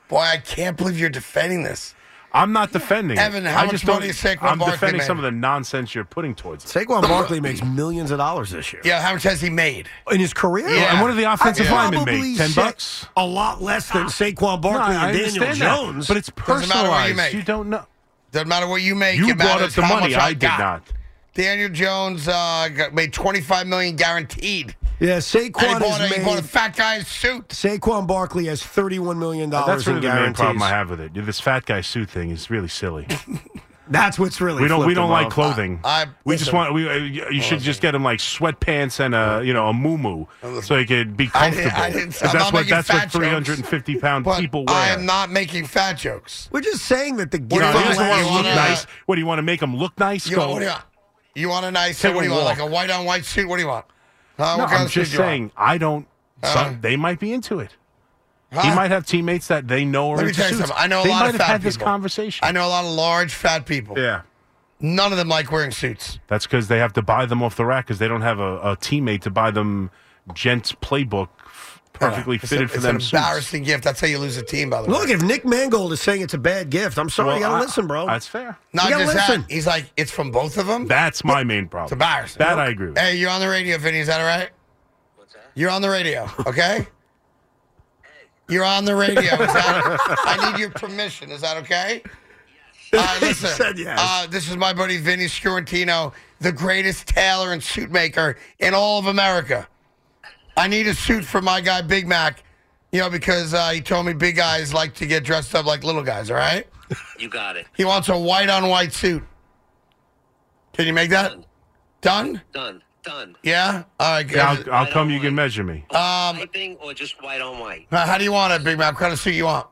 Boy, I can't believe you're defending this. I'm not defending. it. Evan, how I just much money don't- is Saquon I'm Barkley defending made? some of the nonsense you're putting towards it. Saquon Barkley makes millions of dollars this year. Yeah, how much has he made? In his career? Yeah. And what do the offensive Yeah. linemen Probably make? Ten say bucks. Ah. A lot less than Saquon No, Barkley I and Daniel understand that, Jones. but it's Doesn't matter what you personalized. make. You don't know. Doesn't matter what you make. You it brought up matters the how money. much I, I did got. not. Daniel Jones uh, got, made twenty five million guaranteed. yeah, And he Saquon bought, a, has he made, bought a fat guy's suit. Saquon Barkley has $31 million That's in really the main guarantees. problem I have with it. This fat guy suit thing is really silly. That's what's really We don't. flipped We don't him like off. clothing. I- we listen. just want. We. uh, You you should just get him like sweatpants and a you know a muumuu so he could be I didn't- comfortable. I didn't- 'Cause I'm that's not what making that's fat what jokes. 350 pound But people wear. I am not making fat jokes. We're just saying that the You gift know, What do he you doesn't want? want You to want look a- nice. What do you want to make him look nice? You Go. want, what do you uh, want? You want a nice Take suit? What do a you want? Like a walk. white on white suit? What do you want? Huh? No, what kind I'm of suit just do you want? Uh-huh. saying. I don't. Some, they might be into it. He Huh? might have teammates that they know are Let me into tell you suits. something. I know a they lot might of have fat had this people. conversation. I know a lot of large fat people. Yeah. None of them like wearing suits. That's because they have to buy them off the rack because they don't have a, a teammate to buy them Gents playbook f- perfectly It's a- fitted for it's them. an suits. embarrassing gift. That's how you lose a team, by the way. Look, if Nick Mangold is saying it's a bad gift, I'm sorry, Well, you gotta I- listen, bro. That's fair. Not you gotta just listen. that. He's like, it's from both of them. That's my main problem. It's embarrassing. That I agree with. Hey, you're on the radio, Vinny. Is that all right? What's that? You're on the radio, okay? You're on the radio. Is that, I need your permission. Is that okay? Uh, He listen, said yes. uh, this is my buddy Vinny Scurantino, the greatest tailor and suit maker in all of America. I need a suit for my guy Big Mac, you know, because uh, he told me big guys like to get dressed up like little guys, all right? You got it. He wants a white on white suit. Can you make that? Done? Done. Done. Yeah. All right. Yeah, Good. I'll, I'll come. You can measure me. Um, Piping or just white on white? now, how do you want it, Big Mac? What kind of suit you want?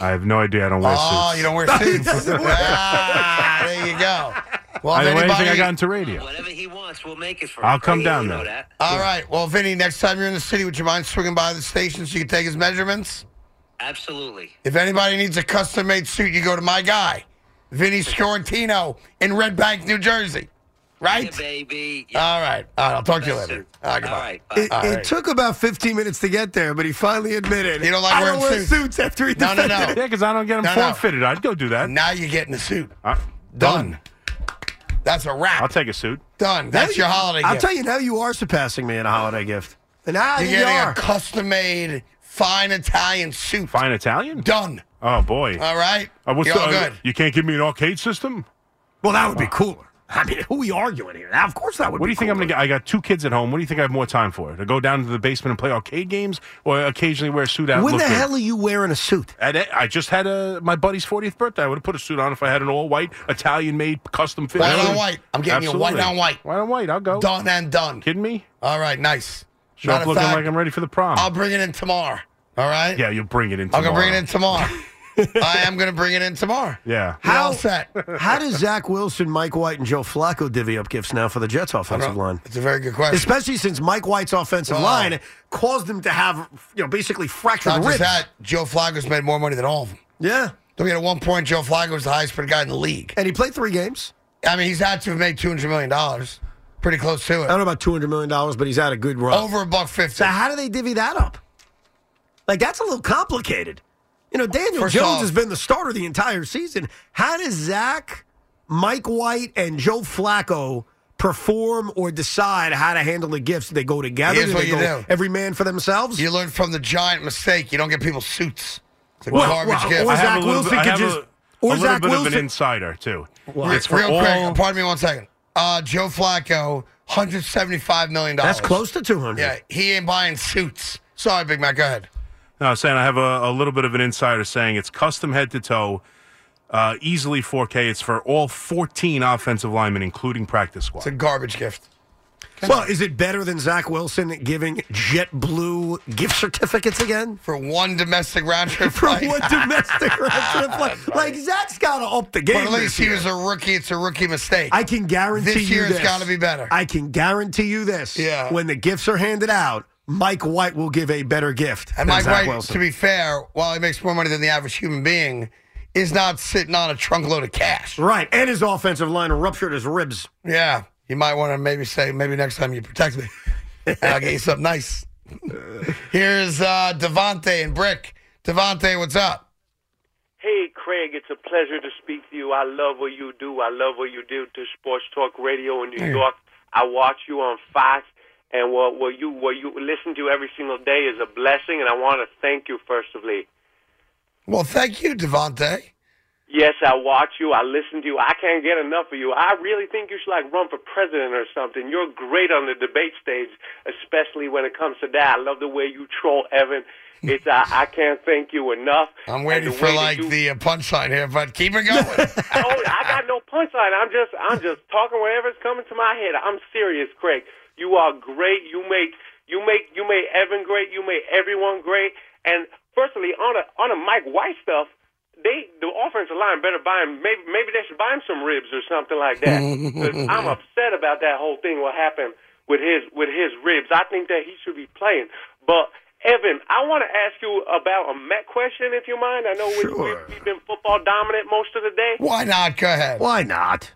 I have no idea. I don't wear Oh, suits. you don't wear suits. ah, there you go. Well, I if don't wear anybody, anything I got into radio. Whatever he wants, we'll make it for I'll him. come You down know there. that. all right. Well, Vinny, next time you're in the city, would you mind swinging by the station so you can take his measurements? Absolutely. If anybody needs a custom made suit, you go to my guy, Vinny Scorantino in Red Bank, New Jersey. Right? Yeah, baby. Yeah, All right. All right. I'll talk to you that's later. it. All right. Goodbye. All right. Bye. It, All it right. took about 15 minutes to get there, but he finally admitted You don't like I wearing don't wear suits." suits after he No, no, defended no. it. Yeah, because I don't get them No, no. form fitted. I'd go do that. Now you're getting a suit. I- Done. That's a wrap. I'll take a suit. Done. That's your holiday I'll gift. tell you now, you are surpassing me in a holiday gift. And now You're you getting are. a custom made fine Italian suit. Fine Italian. Done. Oh boy. All right. Uh, what's You're all the- uh, good. You can't give me an arcade system. well, that would be cooler. I mean, who we arguing here? Now, of course, that would. What be do you think I'm cooler. gonna get? I got two kids at home. What do you think I have more time for? To go down to the basement and play arcade games, or occasionally wear a suit out? When look the good? hell are you wearing a suit? At it- I just had a my buddy's 40th birthday. I would have put a suit on if I had an all white Italian made custom fit. White on white. I'm getting you a white Absolutely. on white. White on white. I'll go. Done and done. Kidding me? All right. Nice. Show up Matter of looking fact, like I'm ready for the prom. I'll bring it in tomorrow. All right. yeah, you'll bring it in. I'm Tomorrow. gonna bring it in tomorrow. I am gonna bring it in tomorrow. Yeah. You're all How- set? How does Zach Wilson, Mike White, and Joe Flacco divvy up gifts now for the Jets offensive line? It's a very good question. Especially since Mike White's offensive Wow. line caused them to have, you know, basically fractured Not ribs. just that, Joe Flacco's made more money than all of them. Yeah, Don't forget, at one point, Joe Flacco was the highest paid guy in the league. and he played three games. I mean, he's had to have made two hundred million dollars, pretty close to I don't it, know about two hundred million dollars, but he's had a good run. over a buck fifty. So how do they divvy that up? Like that's a little complicated. You know, Daniel First Jones off- has been the starter the entire season. How does Zach, Mike White, and Joe Flacco perform or decide how to handle the gifts? Do they go together? Here's do what they you go do. every man for themselves? You learn from the giant mistake. You don't get people suits. It's a garbage well, gift. or I have Zach a little, Wilson bit- I could have a- just- or a little Zach bit of Wilson- an insider too. Re- It's for real all- quick, pardon me one second. Uh, Joe Flacco, hundred seventy-five million dollars. That's close to two hundred. Yeah, he ain't buying suits. Sorry, Big Mac. Go ahead. No, I was saying I have a, a little bit of an insider saying it's custom head to toe, uh, easily 4K. It's for all 14 offensive linemen, including practice squad. It's a garbage gift. Well, is it better than Zach Wilson giving JetBlue gift certificates again? For one domestic round trip From flight. what domestic round trip? Like, like Zach's got to up the game. But at this least he year. was a rookie. It's a rookie mistake. I can guarantee This year you it's this. gotta be better. I can guarantee you this. Yeah. When the gifts are handed out, Mike White will give a better gift. and than Mike Zach White, Wilson. to be fair, while he makes more money than the average human being, is not sitting on a trunk load of cash. right, and his offensive line ruptured his ribs. Yeah, you might want to maybe say, maybe next time you protect me, and I'll get you something nice. Here's uh, Devontae and Brick. Devontae, what's up? Hey, Craig, it's a pleasure to speak to you. I love what you do. I love what you do to Sports Talk Radio in New York. I watch you on Fox, and what, what you what you listen to every single day is a blessing. And I want to thank you firstly. Well, thank you, Devontae. Yes, I watch you. I listen to you. I can't get enough of you. I really think you should like run for president or something. You're great on the debate stage, especially when it comes to that. I love the way you troll Evan. It's I, I can't thank you enough. I'm And the waiting for way that like you- the uh, punchline here, but keep it going. oh, I got no punchline. I'm just I'm just talking whatever's coming to my head. I'm serious, Craig. You are great. You make you make you made Evan great. You made everyone great. And firstly, on a on a Mike White stuff, they the offensive line better buy him. Maybe maybe they should buy him some ribs or something like that. 'Cause I'm upset about that whole thing. What happened with his with his ribs? I think that he should be playing, but. Evan, I want to ask you about a Met question, if you mind. I know we, Sure. we, we've been football dominant most of the day. Why not? Go ahead. Why not?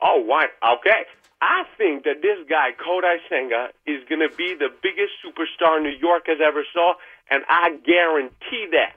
Oh, why? Okay. I think that this guy, Kodai Senga, is going to be the biggest superstar New York has ever saw, and I guarantee that.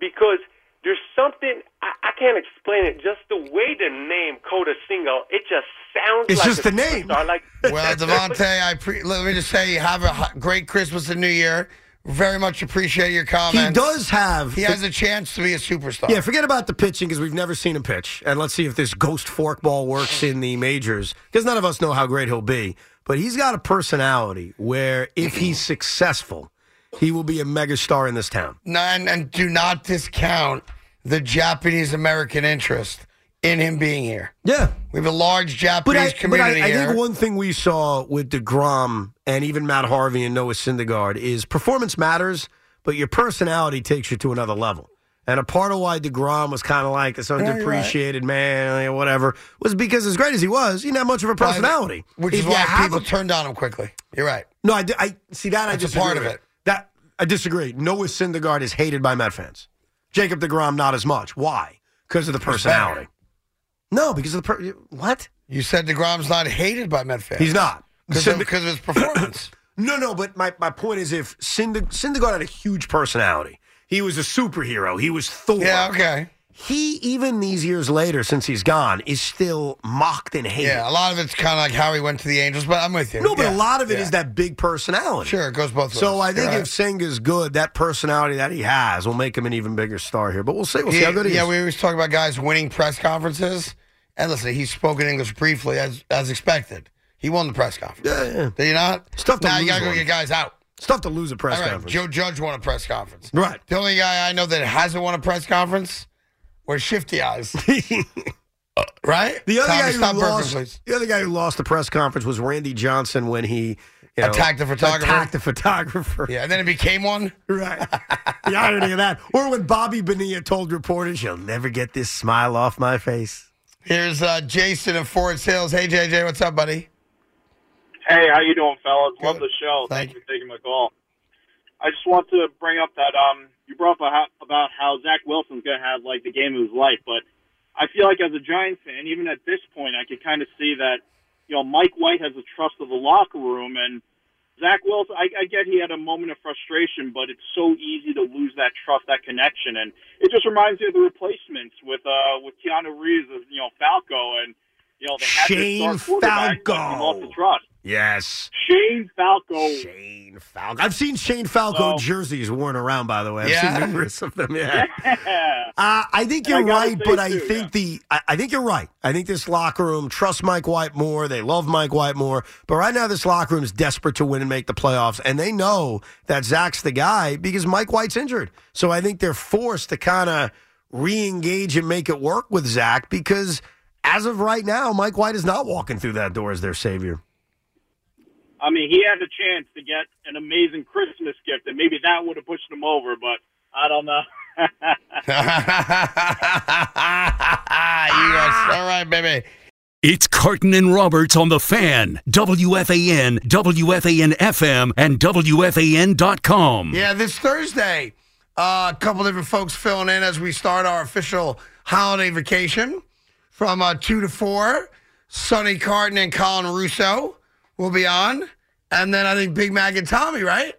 Because there's something, I, I can't explain it, just the way the name Kodai Senga, it just sounds It's like just a the name. superstar, Like, Well, Devontae, I pre- let me just say, have a h- great Christmas and New Year. Very much appreciate your He comments. does have. He has a chance to be a superstar. Yeah, forget about the pitching because we've never seen him pitch. And let's see if this ghost forkball works in the majors because none of us know how great he'll be. But he's got a personality where if Mm-hmm. he's successful, he will be a megastar in this town. No, and, and do not discount the Japanese American interest in him being here. Yeah. We have a large But, I, Japanese but I, community I here. think one thing we saw with DeGrom and even Matt Harvey and Noah Syndergaard is performance matters, but your personality takes you to another level. And a part of why DeGrom was kind of like this underappreciated man, or whatever, was because as great as he was, he didn't have much of a Why- personality. which is If you why have people a- turned on him quickly. You're right. No, I, di- I see that. I That's a just part of it. That I disagree. Noah Syndergaard is hated by Met fans. Jacob Degrom not as much. Why? Because of the personality. No, because of the per- what? You said DeGrom's not hated by Met fans. He's not. Because of, Synder- 'cause of his performance. no, no. But my, my point is, if Synder- Syndergaard had a huge personality, he was a superhero. He was Thor. yeah, okay. He even these years later, since he's gone, is still mocked and hated. Yeah, a lot of it's kind of like how he went to the Angels, but I'm with you. No, but Yeah, a lot of it is yeah. that big personality. Sure, it goes both ways. So I You're think right. if Senga's good, that personality that he has will make him an even bigger star here. But we'll see. We'll see yeah, how good he yeah, is. we always talk about guys winning press conferences. And listen, he spoke in English briefly as as expected. He won the press conference. Yeah, yeah. Did he not? Stuff to now you lose gotta go one. get guys out. Stuff to lose a press All right, conference. Joe Judge won a press conference. Right. The only guy I know that hasn't won a press conference were Shifty Eyes, right? Uh, the other Tommy, guy who stop burping, lost, please. the other guy who lost the press conference was Randy Johnson when he you know, Attacked the photographer. Attacked the photographer. Yeah, and then it became one. Right. the irony of that. Or when Bobby Bonilla told reporters, "You'll never get this smile off my face." Here's uh, Jason in Forest Hills. Hey, JJ, what's up, buddy? Hey, how you doing, fellas? Love Good. the show. Thank Thanks for taking my call. I just want to bring up that um, you brought up about- about how Zach Wilson's going to have like the game of his life, but I feel like as a Giants fan, even at this point, I could kind of see that you know Mike White has the trust of the locker room, and Zach Wilson. I, I get he had a moment of frustration, but it's so easy to lose that trust, that connection, and it just reminds me of the replacements with uh with Keanu Reeves as you know Falco and. You know, they had their Shane star quarterback, but he Falco. lost the trust. Yes. Shane Falco. Shane Falco. I've seen Shane Falco Oh. jerseys worn around, by the way. I've Yeah? seen numerous of them. Yeah. Yeah. Uh, I think And I gotta you're right, say, but I too, think yeah. the I, I think you're right. I think this locker room trusts Mike White more. They love Mike White more. But right now, this locker room is desperate to win and make the playoffs, and they know that Zach's the guy because Mike White's injured. So I think they're forced to kind of re-engage and make it work with Zach because as of right now, Mike White is not walking through that door as their savior. I mean, he had a chance to get an amazing Christmas gift, and maybe that would have pushed him over, but I don't know. you are all right, baby. It's Carton and Roberts on the Fan, WFAN, WFAN FM, and Mm-hmm. WFAN.com. Yeah, this Thursday, uh, a couple different folks filling in as we start our official holiday vacation from uh, 2 to 4. Sonny Carton and Colin Russo will be on. And then I think Big Mac and Tommy, right?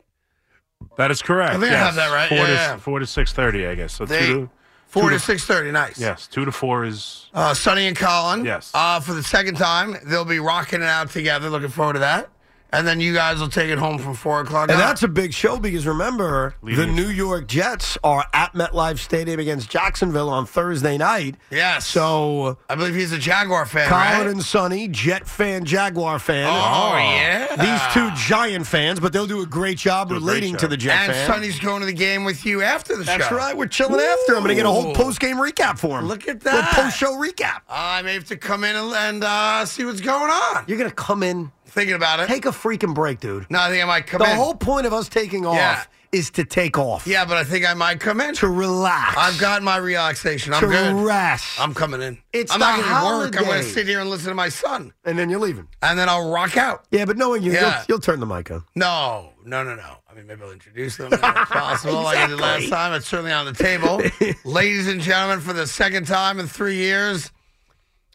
That is correct. I think I yes. have that right, Four yeah, to yeah. four to six thirty, I guess. So They- two to, 4 to Two to- 6.30, nice. yes, two to four is Uh, Sonny and Colin. Yes. Uh, for the second time, they'll be rocking it out together. Looking forward to that. And then you guys will take it home from 4 o'clock. And on. that's a big show because remember, the Leading- New York Jets are at MetLife Stadium against Jacksonville on Thursday night. Yes. So I believe he's a Jaguar fan, Colin right? and Sonny, Jet fan, Jaguar fan. Oh, yeah. These two Giant fans, but they'll do a great a job great relating job. to the Jet and fan. Sonny's going to the game with you after the That's show. right. We're chilling after. I'm going to get a whole Ooh. post game recap for him. Look at that. Uh, Post show recap. I may have to come in and, and uh, see what's going on. You're going to come in, Thinking about it. take a freaking break, dude. no, I think I might come The in. whole point of us taking off Yeah. is to take off. yeah, but I think I might come in. To relax. I've got my relaxation. I'm to good. rest. I'm coming in. It's I'm the not gonna work. I'm going to holiday. sit here and listen to my son, and then you're leaving. and then I'll rock out. Yeah, but knowing you, Yeah. you'll, you'll turn the mic on. No, no, no, no. I mean, maybe I'll introduce them if possible, like I did last Exactly. time. It's certainly on the table. Ladies and gentlemen, for the second time in three years,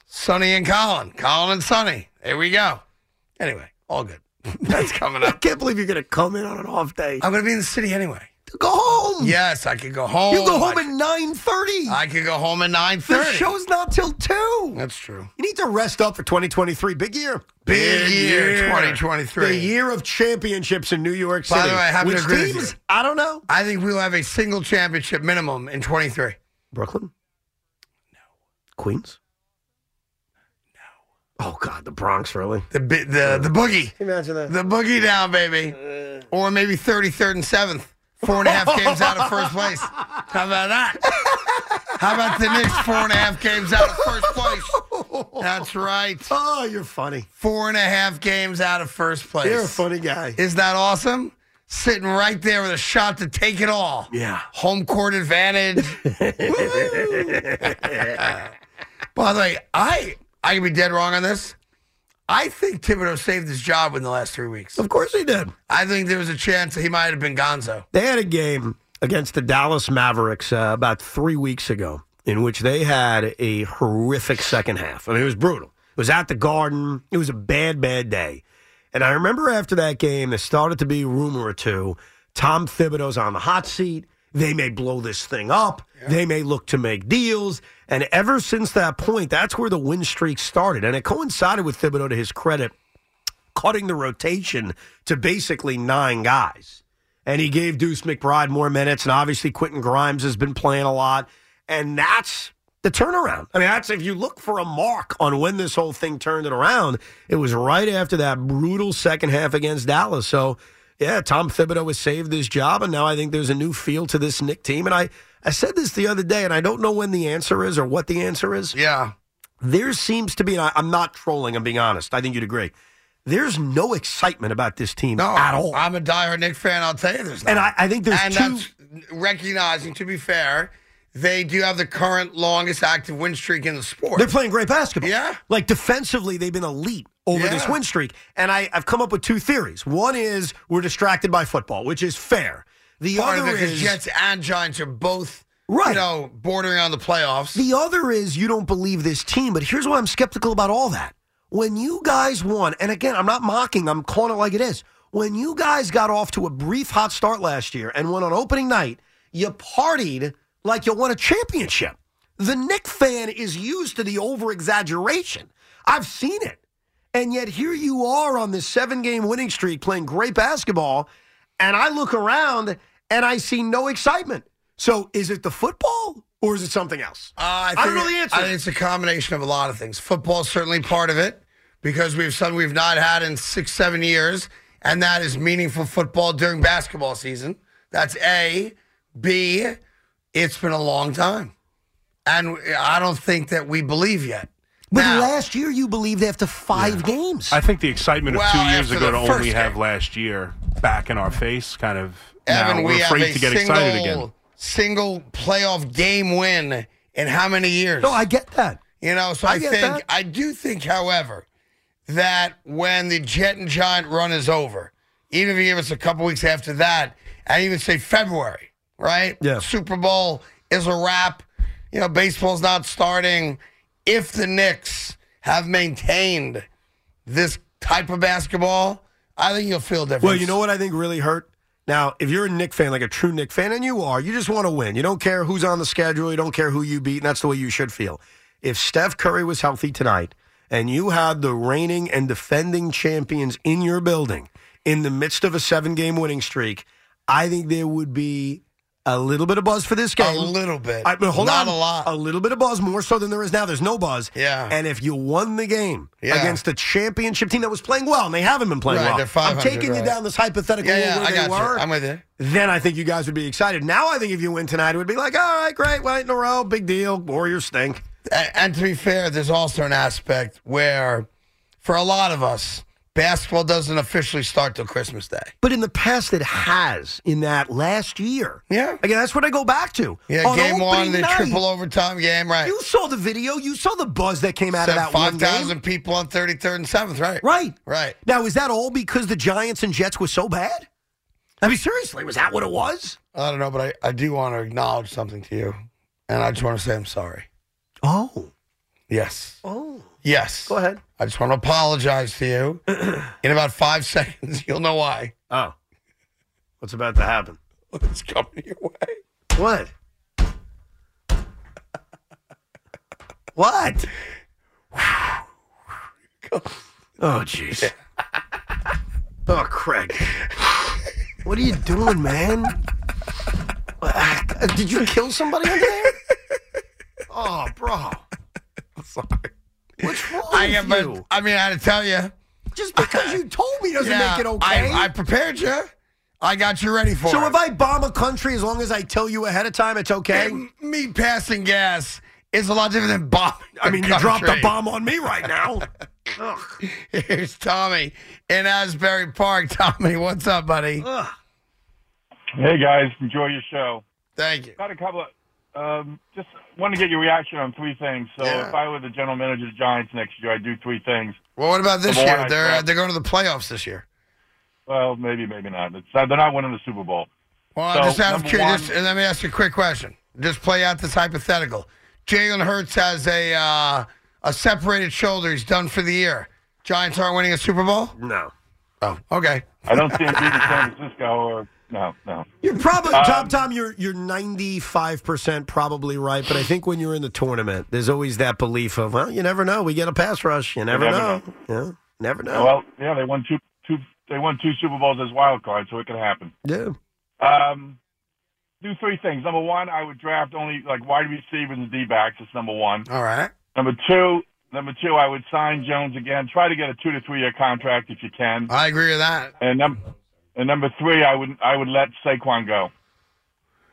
Sonny and Colin. Colin and Sonny. There we go. Anyway, all good. That's coming I up. can't believe you're going to come in on an off day. I'm going to be in the city anyway. Go home. Yes, I could go home. You go home I, at nine thirty. I could go home at nine The thirty. show's not till two. That's true. You need to rest up for 2023. Big year. Big year, 2023. The year of championships in New York By City. the way, I happen to Which agree with teams? you. I don't know. I think we'll have a single championship minimum in 23. Brooklyn? No. Queens? No. Oh, God, the Bronx, really? The bi- Uh, the the boogie, Imagine that. the Uh. boogie down, baby, or maybe 33rd and seventh, four and a half games out of first place. How about that? How about the Knicks four and a half games out of first place? That's right, Oh, you're funny. four and a half games out of first place. You're a funny guy. Isn't that awesome? Sitting right there with a shot to take it all. Yeah. Home court advantage. Woo! By the way, I I could be dead wrong on this. I think Thibodeau saved his job in the last three weeks. Of course he did. I think there was a chance that he might have been Gonzo. They had a game against the Dallas Mavericks uh, about three weeks ago in which they had a horrific second half. I mean, it was brutal. It was at the Garden. It was a bad, bad day. And I remember after that game, there started to be a rumor or two. Tom Thibodeau's on the hot seat. They may blow this thing up. They may look to make deals. And ever since that point, that's where the win streak started. And it coincided with Thibodeau, to his credit, cutting the rotation to basically nine guys. And he gave Deuce McBride more minutes. And obviously, Quentin Grimes has been playing a lot. And that's the turnaround. I mean, that's if you look for a mark on when this whole thing turned it around, it was right after that brutal second half against Dallas. So, yeah, Tom Thibodeau has saved his job. And now I think there's a new feel to this Nick team. And I, I said this the other day, and I don't know when the answer is or what the answer is Yeah. there seems to be, and I, I'm not trolling, I'm being honest. I think you'd agree. There's no excitement about this team No. at all. I'm a diehard Nick fan, I'll tell you there's not. and I, I think there's and two. that's recognizing, to be fair, they do have the current longest active win streak in the sport. They're playing great basketball. Yeah. Like defensively, they've been elite over Yeah. this win streak. And I, I've come up with two theories. One is we're distracted by football, which is fair. The Part of other it is because Jets and Giants are both, Right. you know, bordering on the playoffs. The other is you don't believe this team, but here's why I'm skeptical about all that. When you guys won, and again, I'm not mocking, I'm calling it like it is. When you guys got off to a brief hot start last year and won on opening night, you partied like you won a championship. The Nick fan is used to the over exaggeration. I've seen it. And yet here you are on this seven game winning streak playing great basketball. And I look around and I see no excitement. So is it the football or is it something else? Uh, I don't know the answer. I think it's a combination of a lot of things. Football's certainly part of it because we have something we've not had in six, seven years, and that is meaningful football during basketball season. That's A. B. It's been a long time, and I don't think that we believe yet. but Now- last year you believed after five games. I think the excitement of Well, two years after ago the to only first have game. last year back in our face kind of Evan, now we we're have afraid a to get single, excited again. single playoff game win in how many years? no, I get that. You know, so I I, get think that. I do think, however, that when the Jet and Giant run is over, even if you give us a couple weeks after that, and even say February, right? Yeah. Super Bowl is a wrap. You know, baseball's not starting. If the Knicks have maintained this type of basketball, I think you'll feel different. Well, you know what I think really hurt? Now, if you're a Nick fan, like a true Nick fan, and you are, you just want to win. You don't care who's on the schedule, you don't care who you beat, and that's the way you should feel. If Steph Curry was healthy tonight and you had the reigning and defending champions in your building in the midst of a seven game winning streak, I think there would be a little bit of buzz for this game. A little bit. I, but hold Not on. a lot. A little bit of buzz, more so than there is now. There's no buzz. Yeah. And if you won the game Yeah. against a championship team that was playing well, and they haven't been playing Right, well, they're I'm 500, taking you right. down this hypothetical yeah, where yeah, I they got were, you. I'm with you. then I think you guys would be excited. Now I think if you win tonight, it would be like, all right, great, wait in a row, big deal, Warriors stink. A- and to be fair, there's also an aspect where, for a lot of us, basketball doesn't officially start till Christmas Day. But in the past, it has. In that last year, Yeah. again, that's what I go back to. Yeah, On game one, opening the night, triple overtime game, right? You saw the video. You saw the buzz that came out of that five one game. thousand people on 33rd and 7th, right? Right. Right. Now, is that all because the Giants and Jets were so bad? I mean, seriously, was that what it was? I don't know, but I, I do want to acknowledge something to you, and I just want to say I'm sorry. Oh. Yes. Oh, Yes. go ahead. I just want to apologize to you. In about five seconds, you'll know why. Oh, what's about to happen? It's coming your way. What? what? oh, jeez. Oh, Craig. What are you doing, man? Uh, Did you kill somebody under there? Oh, bro. Sorry. What's wrong I, with am, you? but, I mean, I had to tell you. Just because you told me doesn't make it okay. I, I prepared you. I got you ready for so it. if I bomb a country, as long as I tell you ahead of time, it's okay? And me passing gas is a lot different than bombing. I mean, you dropped a country. bomb on me right now. Here's Tommy in Asbury Park. Tommy, what's up, buddy? Ugh. Hey guys, enjoy your show. Thank you. Got a couple. Of, um, just want to get your reaction on three things. So Yeah. if I were the general manager of the Giants next year, I'd do three things. Well, what about this Come on, year? I They're uh, grabbed- they're going to the playoffs this year. Well, maybe, maybe not. It's not they're not winning the Super Bowl. Well, So, I'm just out of number curiosity. one- And let me ask you a quick question. Just play out this hypothetical. Jalen Hurts has a uh, a separated shoulder. He's done for the year. Giants aren't winning a Super Bowl. No. Oh, okay. I don't see them beating San Francisco or no, no. You're probably Um, Tom. Tom, you're you're 95 percent probably right, but I think when you're in the tournament, there's always that belief of, well, you never know. We get a pass rush. You never, never know. Yeah, never know. Well, yeah, they won two, two, they won two Super Bowls as wild cards, so it could happen. yeah. Um, do three things. Number one, I would draft only like wide receivers and D backs. That's number one. All right. Number two, number two, I would sign Jones again. Try to get a two to three year contract if you can. I agree with that. And num- and number three, I would I would let Saquon go.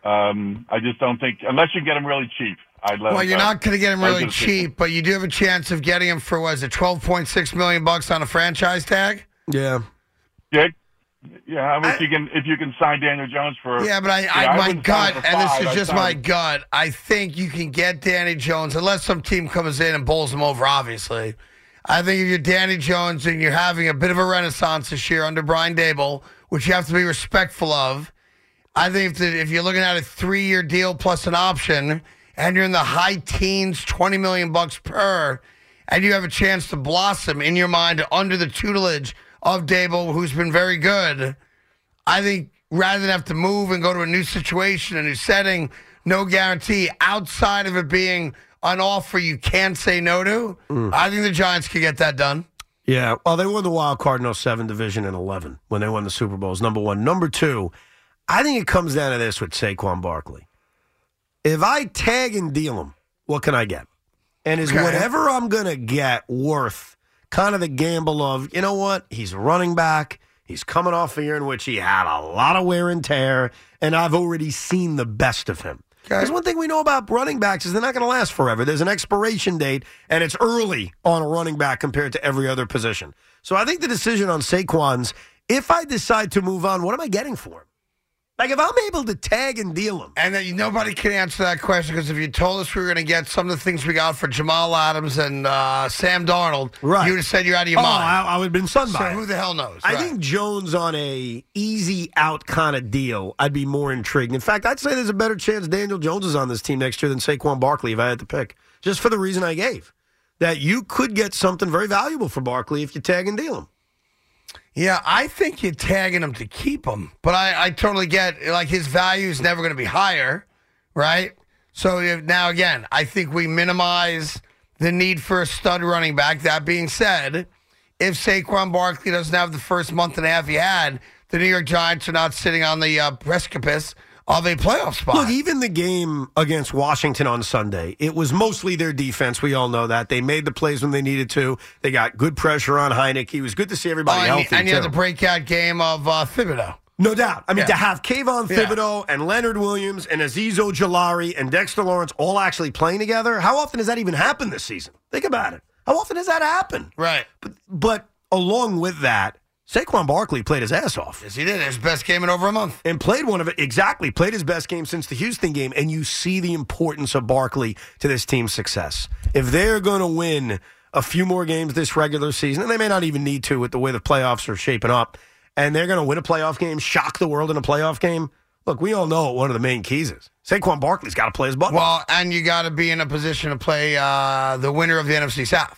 Um, I just don't think unless you get him really cheap, I'd let. Well, him you're go. not going to get him Those really are the three- cheap, but you do have a chance of getting him for what is it, 12.6 million bucks on a franchise tag? Yeah. Yeah, yeah. I mean, if you can if you can sign Daniel Jones for Yeah, but I, I I my wouldn't sign gut, him for and five, this is I'd just sign my him. gut. I think you can get Danny Jones unless some team comes in and bowls him over. Obviously, I think if you're Danny Jones and you're having a bit of a renaissance this year under Brian Dable, which you have to be respectful of, I think if, the, if you're looking at a three-year deal plus an option, and you're in the high teens, twenty million bucks per, and you have a chance to blossom in your mind under the tutelage of Dable, who's been very good. I think rather than have to move and go to a new situation, a new setting, no guarantee outside of it being an offer you can say no to, Mm. I think the Giants could get that done. Yeah. Well, they won the wild card in 07 division in 11 when they won the Super Bowls, number one. Number two, I think it comes down to this with Saquon Barkley. If I tag and deal him, what can I get? And is Okay. whatever I'm going to get worth kind of the gamble of, you know what? He's a running back. He's coming off a year in which he had a lot of wear and tear, and I've already seen the best of him. Because one thing we know about running backs is they're not going to last forever. There's an expiration date, and it's early on a running back compared to every other position. So I think the decision on Saquon's, if I decide to move on, what am I getting for him? Like if I'm able to tag and deal him, And then nobody can answer that question because if you told us we were going to get some of the things we got for Jamal Adams and uh, Sam Darnold, Right. Oh, you would have said you're out of your mind. I would have been stunned so who the hell knows? I right? think Jones on a easy out kind of deal, I'd be more intrigued. In fact, I'd say there's a better chance Daniel Jones is on this team next year than Saquon Barkley if I had to pick, just for the reason I gave. That you could get something very valuable for Barkley if you tag and deal him. Yeah, I think you're tagging him to keep him, but I, I totally get like his value is never going to be higher, right? So if, now again, I think we minimize the need for a stud running back. That being said, if Saquon Barkley doesn't have the first month and a half he had, the New York Giants are not sitting on the uh, precipice of a playoff spot. Look, even the game against Washington on Sunday, it was mostly their defense. We all know that. They made the plays when they needed to. They got good pressure on Heineck. It was good to see Oh, everybody and, healthy. and you too. had the breakout game of uh, Thibodeau. No doubt. I mean, Yeah. to have Kayvon Yeah. Thibodeau and Leonard Williams and Aziz Ojolari and Dexter Lawrence all actually playing together, how often has that even happened this season? Think about it. How often has that happened? Right. But, but along with that, Saquon Barkley played his ass off Yes, he did. His best game in over a month. and played one of it exactly played his best game since the Houston game and you see the importance of Barkley to this team's success. If they're going to win a few more games this regular season and they may not even need to with the way the playoffs are shaping up and they're going to win a playoff game, shock the world in a playoff game. Look, we all know what one of the main keys is. Saquon Barkley's got to play his butt. off. Well, and you got to be in a position to play uh, the winner of the NFC South.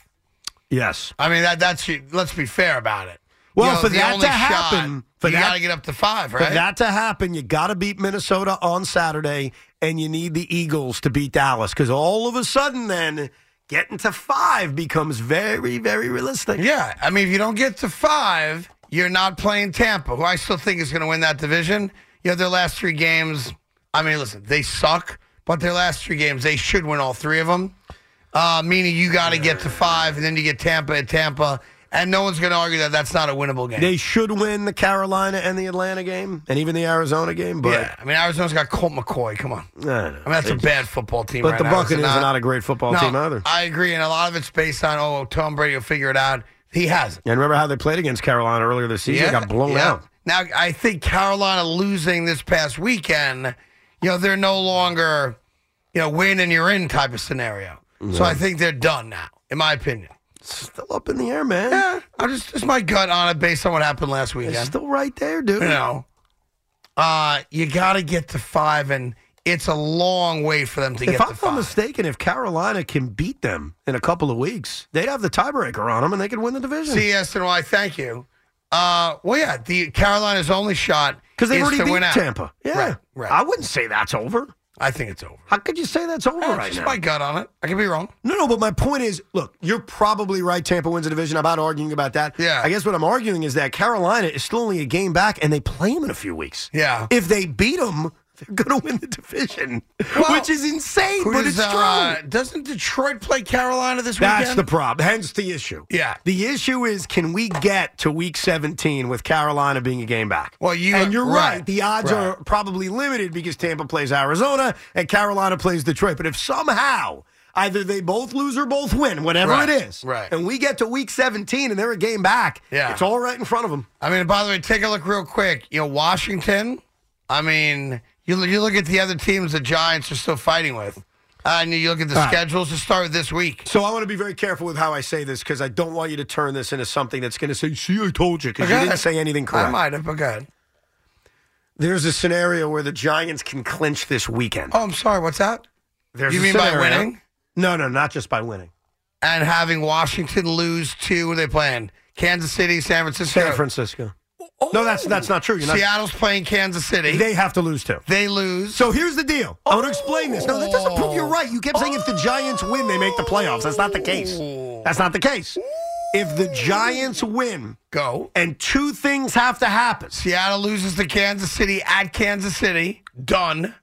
yes. I mean, that that's let's be fair about it. Well, You know, for the that only to shot, happen, for you that- got to get up to five, For right? that to happen, you got to beat Minnesota on Saturday, and you need the Eagles to beat Dallas because all of a sudden, then getting to five becomes very, very realistic. yeah, I mean, if you don't get to five, you're not playing Tampa, who I still think is going to win that division. You know, their last three games. I mean, listen, they suck, but their last three games, they should win all three of them. Uh, meaning you got to get to five, and then you get Tampa at Tampa, and no one's going to argue that that's not a winnable game. They should win the Carolina and the Atlanta game, and even the Arizona game. But yeah, I mean, Arizona's got Colt McCoy. Come on. I don't know. I mean, that's They a just- bad football team. But right the now, is it Buccaneers are not a great football No, team either. I agree, and a lot of it's based on oh, Tom Brady will figure it out. He hasn't. and remember how they played against Carolina earlier this season? They got blown yeah. out. Now I think Carolina losing this past weekend, you know, they're no longer, you know, win and you're in type of scenario. So I think they're done now, in my opinion. Still up in the air, man. Yeah, I'm just just my gut on it based on what happened last It's weekend. still right there, dude. you know, uh, you got to get to five, and it's a long way for them to If get to I'm not five. mistaken, if Carolina can beat them in a couple of weeks, they'd have the tiebreaker on them and they could win the division. CSNY, thank you. Uh, well, yeah, the Carolina's only shot Because they've is already to beat win out. Tampa. Yeah. Right, right. I wouldn't say that's over. I think it's over. How could you say that's over All right, right just now? my gut on it. I could be wrong. No, no, but my point is look, you're probably right. Tampa wins the division. I'm not arguing about that. Yeah. I guess what I'm arguing is that Carolina is still only a game back and they play them in a few weeks. Yeah. If they beat them, they're going to win the division, Well, which is insane, Who but does, it's true. uh, doesn't Detroit play Carolina this That's weekend? the problem. Hence the issue. Yeah. The issue is can we get to week 17 with Carolina being a game back? Well, you- and you're right. right, The odds right. are probably limited because Tampa plays Arizona and Carolina plays Detroit. But if somehow either they both lose or both win, whatever Right, it is, right. and we get to week 17 and they're a game back, Yeah. it's all right in front of them. I mean, by the way, take a look real quick. You know, Washington. I mean, you you look at the other teams the Giants are still fighting with, uh, and you look at the All right. schedules to start this week. So I want to be very careful with how I say this because I don't want you to turn this into something that's going to say, see, I told you because you didn't say anything correct. I might have, but go ahead. There's a scenario where the Giants can clinch this weekend. Oh, I'm sorry. What's that? There's You a mean by scenario- winning? No, no, not just by winning. And having Washington lose to who are they playing? Kansas City, San Francisco, San Francisco. No, that's that's not true. You're not, Seattle's playing Kansas City. They, they have to lose too. lose. So here's the deal. I want to explain this. No, that doesn't prove you're right. You kept saying if the Giants win, they make the playoffs. That's not the case. That's not the case. If the Giants win, go. and two things have to happen, Seattle loses to Kansas City at Kansas City. Done.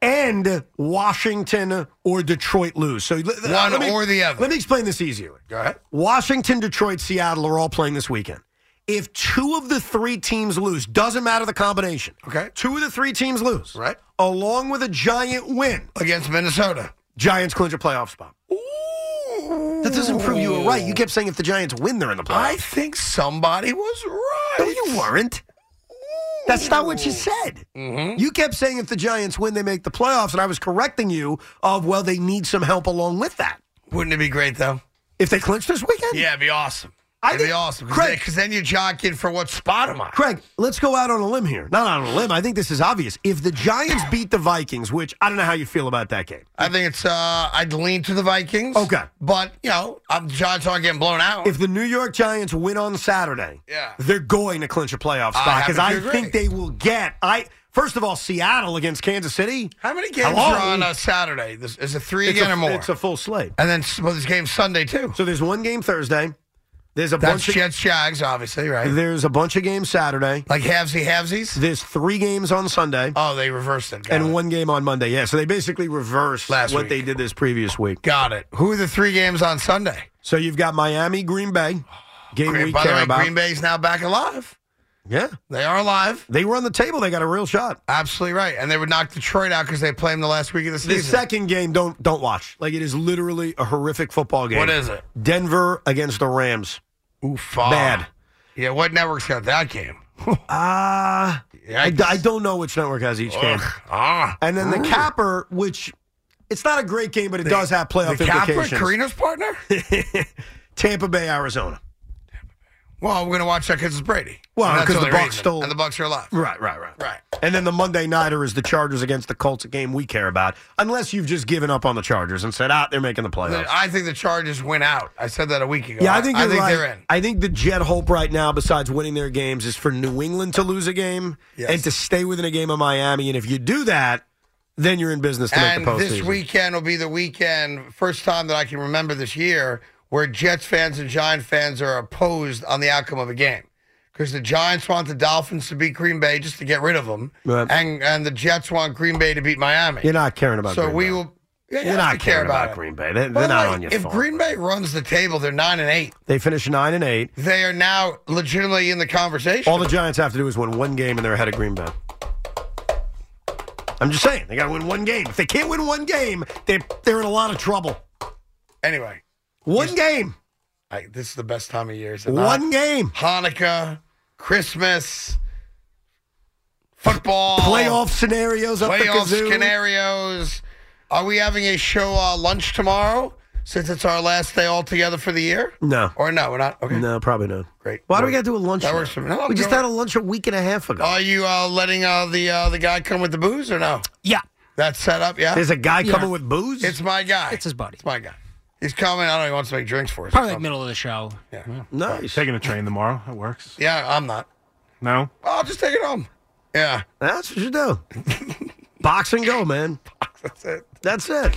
and Washington or Detroit lose. So let- One let me- or the other. Let me explain this easier. Go ahead. Washington, Detroit, Seattle are all playing this weekend. If two of the three teams lose, doesn't matter the combination. Okay. Two of the three teams lose. Right. Along with a giant win, Against Minnesota. Giants clinch a playoff spot. That doesn't prove you were right. You kept saying if the Giants win, they're in the I playoffs. think somebody was right. no, you weren't. That's not what you said. Hmm? Mm-hmm. You kept saying if the Giants win, they make the playoffs, and I was correcting you of well, they need some help along with that. Wouldn't it be great, though? If they clinch this weekend, Yeah, it'd be awesome. I it'd be think- awesome. Craig- Because then you're jockeying for what spot am I? Craig, let's go out on a limb here. Not on a limb. I think this is obvious. If the Giants beat the Vikings, which I don't know how you feel about that game. I think it's, uh, I'd lean to the Vikings. Okay. But, you know, I'm, Giants aren't getting blown out. If the New York Giants win on Saturday, Yeah. they're going to clinch a playoff I spot happen because to I, agree. think they will get. I first of all, Seattle against Kansas City. How many games Hello? are on uh, Saturday? This, is it three It's again a, or more? It's a full slate. and then s- well, this game Sunday, too. So there's one game Thursday. There's a That's bunch. Of, Jets Jags, obviously, right? there's a bunch of games Saturday. Like halvesy halvesies? There's three games on Sunday Oh, they reversed it. Got and it. one game on Monday. Yeah, so they basically reversed Last what week. they did this previous week. Got it. Who are the three games on Sunday? So you've got Miami, Green Bay, game Green, we by the care way, about. Green Bay's now back alive. Yeah, They are alive. they were on the table. They got a real shot. Absolutely right. And they would knock Detroit out because they played them the last week of the The season. second game, don't don't watch. Like it is literally a horrific football game. What is it? Denver against the Rams. Oof. ah. Bad. Yeah, what network's got that game? Ah, Yeah, I, I don't know which network has each game. Ugh. Ah. And then the capper, which it's not a great game, but it does have playoff The Capra, implications. Carino's partner? Tampa Bay, Arizona. Well, we're going to watch that because it's Brady. Well, And that's 'cause the only Bucs reason. stole- and the Bucks are alive. Right, right, right. Right. And then the Monday nighter is the Chargers against the Colts, a game we care about. Unless you've just given up on the Chargers and said, "Ah, they're making the playoffs." I think the Chargers went out. I said that a week ago. Yeah, I think I you're think right. they're in. I think the jet hope right now, besides winning their games, is for New England to lose a game Yes. and to stay within a game of Miami. And if you do that, then you're in business to And make the postseason. this weekend will be the weekend, first time that I can remember this year, where Jets fans and Giant fans are opposed on the outcome of a game. Because the Giants want the Dolphins to beat Green Bay just to get rid of them, Right. and and the Jets want Green Bay to beat Miami. You're not caring about. so Green we Bay. will. Yeah, You're not I care caring about, it. Green Bay. They, are By the not way, on your if phone. Green Bay runs the table, they're nine and eight. they finish nine and eight. They are now legitimately in the conversation. All the Giants have to do is win one game, and they're ahead of Green Bay. I'm just saying, they got to win one game. If they can't win one game, they they're in a lot of trouble. anyway, One game, I, this is the best time of year. Is it not? one game, Hanukkah, Christmas, football, playoff scenarios up the playoff kazoo. scenarios. Are we having a show uh, lunch tomorrow? Since it's our last day all together for the year, No, or no, we're not. Okay, no, probably not. great. Why do we got to do a lunch? That now? works for me. No, we I'm just good. had a lunch a week and a half ago. Are you uh, letting uh, the uh, the guy come with the booze or no? Yeah, That's set up. Yeah, There's a guy Yeah. coming with booze. it's my guy. it's his buddy. It's my guy. He's coming. I don't know. He wants to make drinks for us. or Probably like something. middle of the show. nice. Taking a train tomorrow. That works. Yeah, I'm not. No? Oh, I'll just take it home. Yeah, That's what you do. Oh. Box and go, man. that's it. That's it.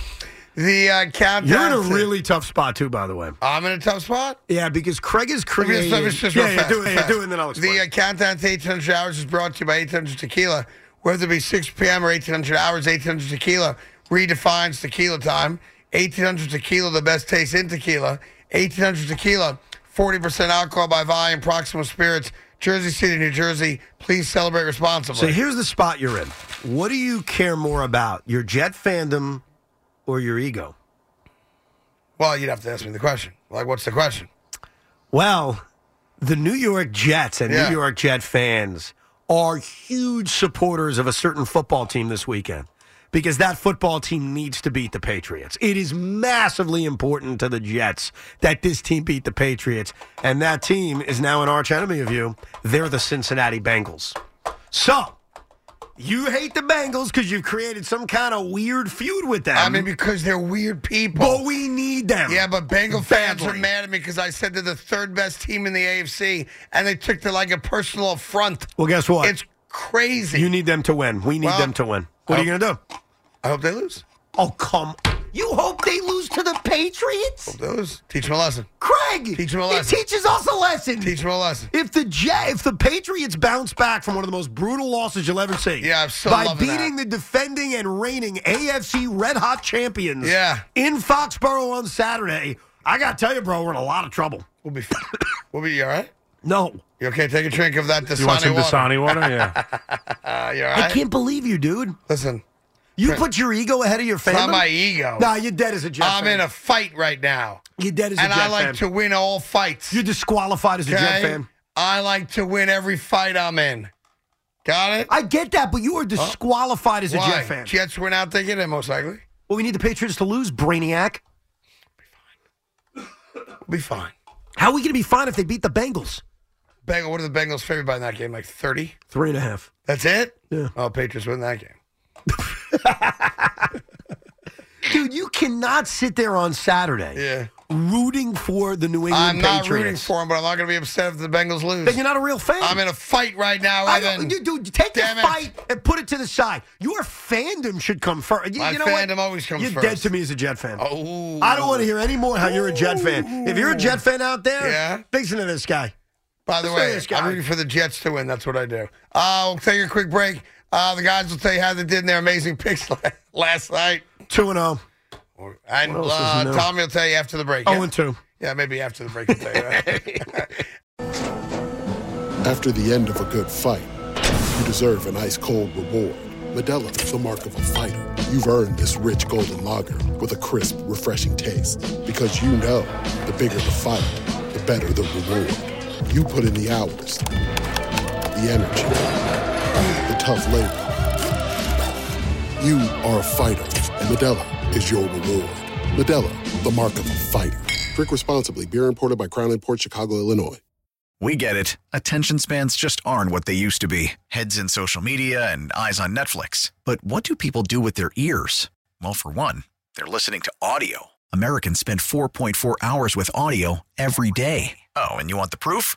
The uh, countdown. You're in a to- really tough spot too, by the way. I'm in a tough spot. Yeah, because Craig is Let me creating. just, let me just yeah, real yeah, fast, do it, yeah, fast. do it, and then I'll explain. The uh, countdown to 1800 hours is brought to you by 1800 Tequila. Whether it be 6 p.m. or 1800 hours, 1800 Tequila redefines tequila time. 1800 Tequila, the best taste in tequila. 1800 Tequila, 40% alcohol by volume, Proxima Spirits, Jersey City, New Jersey. Please celebrate responsibly. So here's the spot you're in. What do you care more about, your Jet fandom or your ego? well, you'd have to ask me the question. Like, what's the question? Well, the New York Jets and Yeah. New York Jet fans are huge supporters of a certain football team this weekend because that football team needs to beat the Patriots. It is massively important to the Jets that this team beat the Patriots, and that team is now an arch enemy of you. They're the Cincinnati Bengals. So. You hate the Bengals because you've created some kind of weird feud with them. I mean, because they're weird people. But we need them. Yeah, but Bengal fans are Badly. mad at me because I said they're the third best team in the AFC, and they took to like a personal affront. Well, guess what? It's crazy. you need them to win. We need Well, them to win. What are you going to do? I hope they lose. Oh, come. You hope they lose to the Patriots? They lose. Teach them a lesson. Craig! Teach 'em a It lesson. teaches us a lesson. Teach them a lesson. if the Jet, if the Patriots bounce back from one of the most brutal losses you'll ever see, Yeah, I'm still by loving beating the defending and reigning AFC Red Hot champions, Yeah. in Foxborough on Saturday, I gotta tell you, bro, we're in a lot of trouble. We'll be fine. we'll be you all right. No, You okay? Take a drink of that Dasani You want some water. Dasani water? Yeah. Uh, you all I right? can't believe you, dude. Listen, You put your ego ahead of your it's family. not my ego. Nah, you're dead as a Jet. I'm fan. in a fight right now, You're dead as a and Jet I like fan. to win all fights. You're disqualified as a Jet okay? fan. I like to win every fight I'm in. Got it? I get that, but you are disqualified as a Why? Jet fan. Jets went out. They get it most likely. Well, we need the Patriots to lose, Brainiac. We'll be fine. How are we going to be fine if they beat the Bengals? Bengal, what are the Bengals favored by in that game? Like 30? Three and a half. That's it? Yeah. Oh, Patriots win that game. Dude, you cannot sit there on Saturday Yeah. rooting for the New England I'm not Patriots. rooting for them, but I'm not going to be upset if the Bengals lose. Then you're not a real fan. I'm in a fight right now, I Evan. don't, dude, dude, take the Damn it. fight and put it to the side. Your fandom should come first. You, My you know fandom what? always comes You're dead first. to me as a Jet fan. Oh. I don't want to hear any more how you're a Jet fan. If you're a Jet fan out there, Yeah. listen to this guy. By the Let's do way, this, I'm guy. rooting for the Jets to win. That's what I do. Uh, we'll take a quick break. Uh, the guys will tell you how they did in their amazing picks la- last night. 2 and oh. 0. And What else uh, is new? Tommy will tell you after the break. 0 yeah? and 2. yeah, maybe after the break. I'll tell you that. After the end of a good fight, you deserve an ice cold reward. Medella is the mark of a fighter. You've earned this rich golden lager with a crisp, refreshing taste. Because you know the bigger the fight, the better the reward. You put in the hours, the energy, the tough labor. You are a fighter, and Medella is your reward. Medella, the mark of a fighter. Drink responsibly, beer imported by Crown Port Chicago, Illinois. We get it. Attention spans just aren't what they used to be heads in social media and eyes on Netflix. But what do people do with their ears? Well, for one, they're listening to audio. Americans spend 4.4 hours with audio every day. Oh, and you want the proof?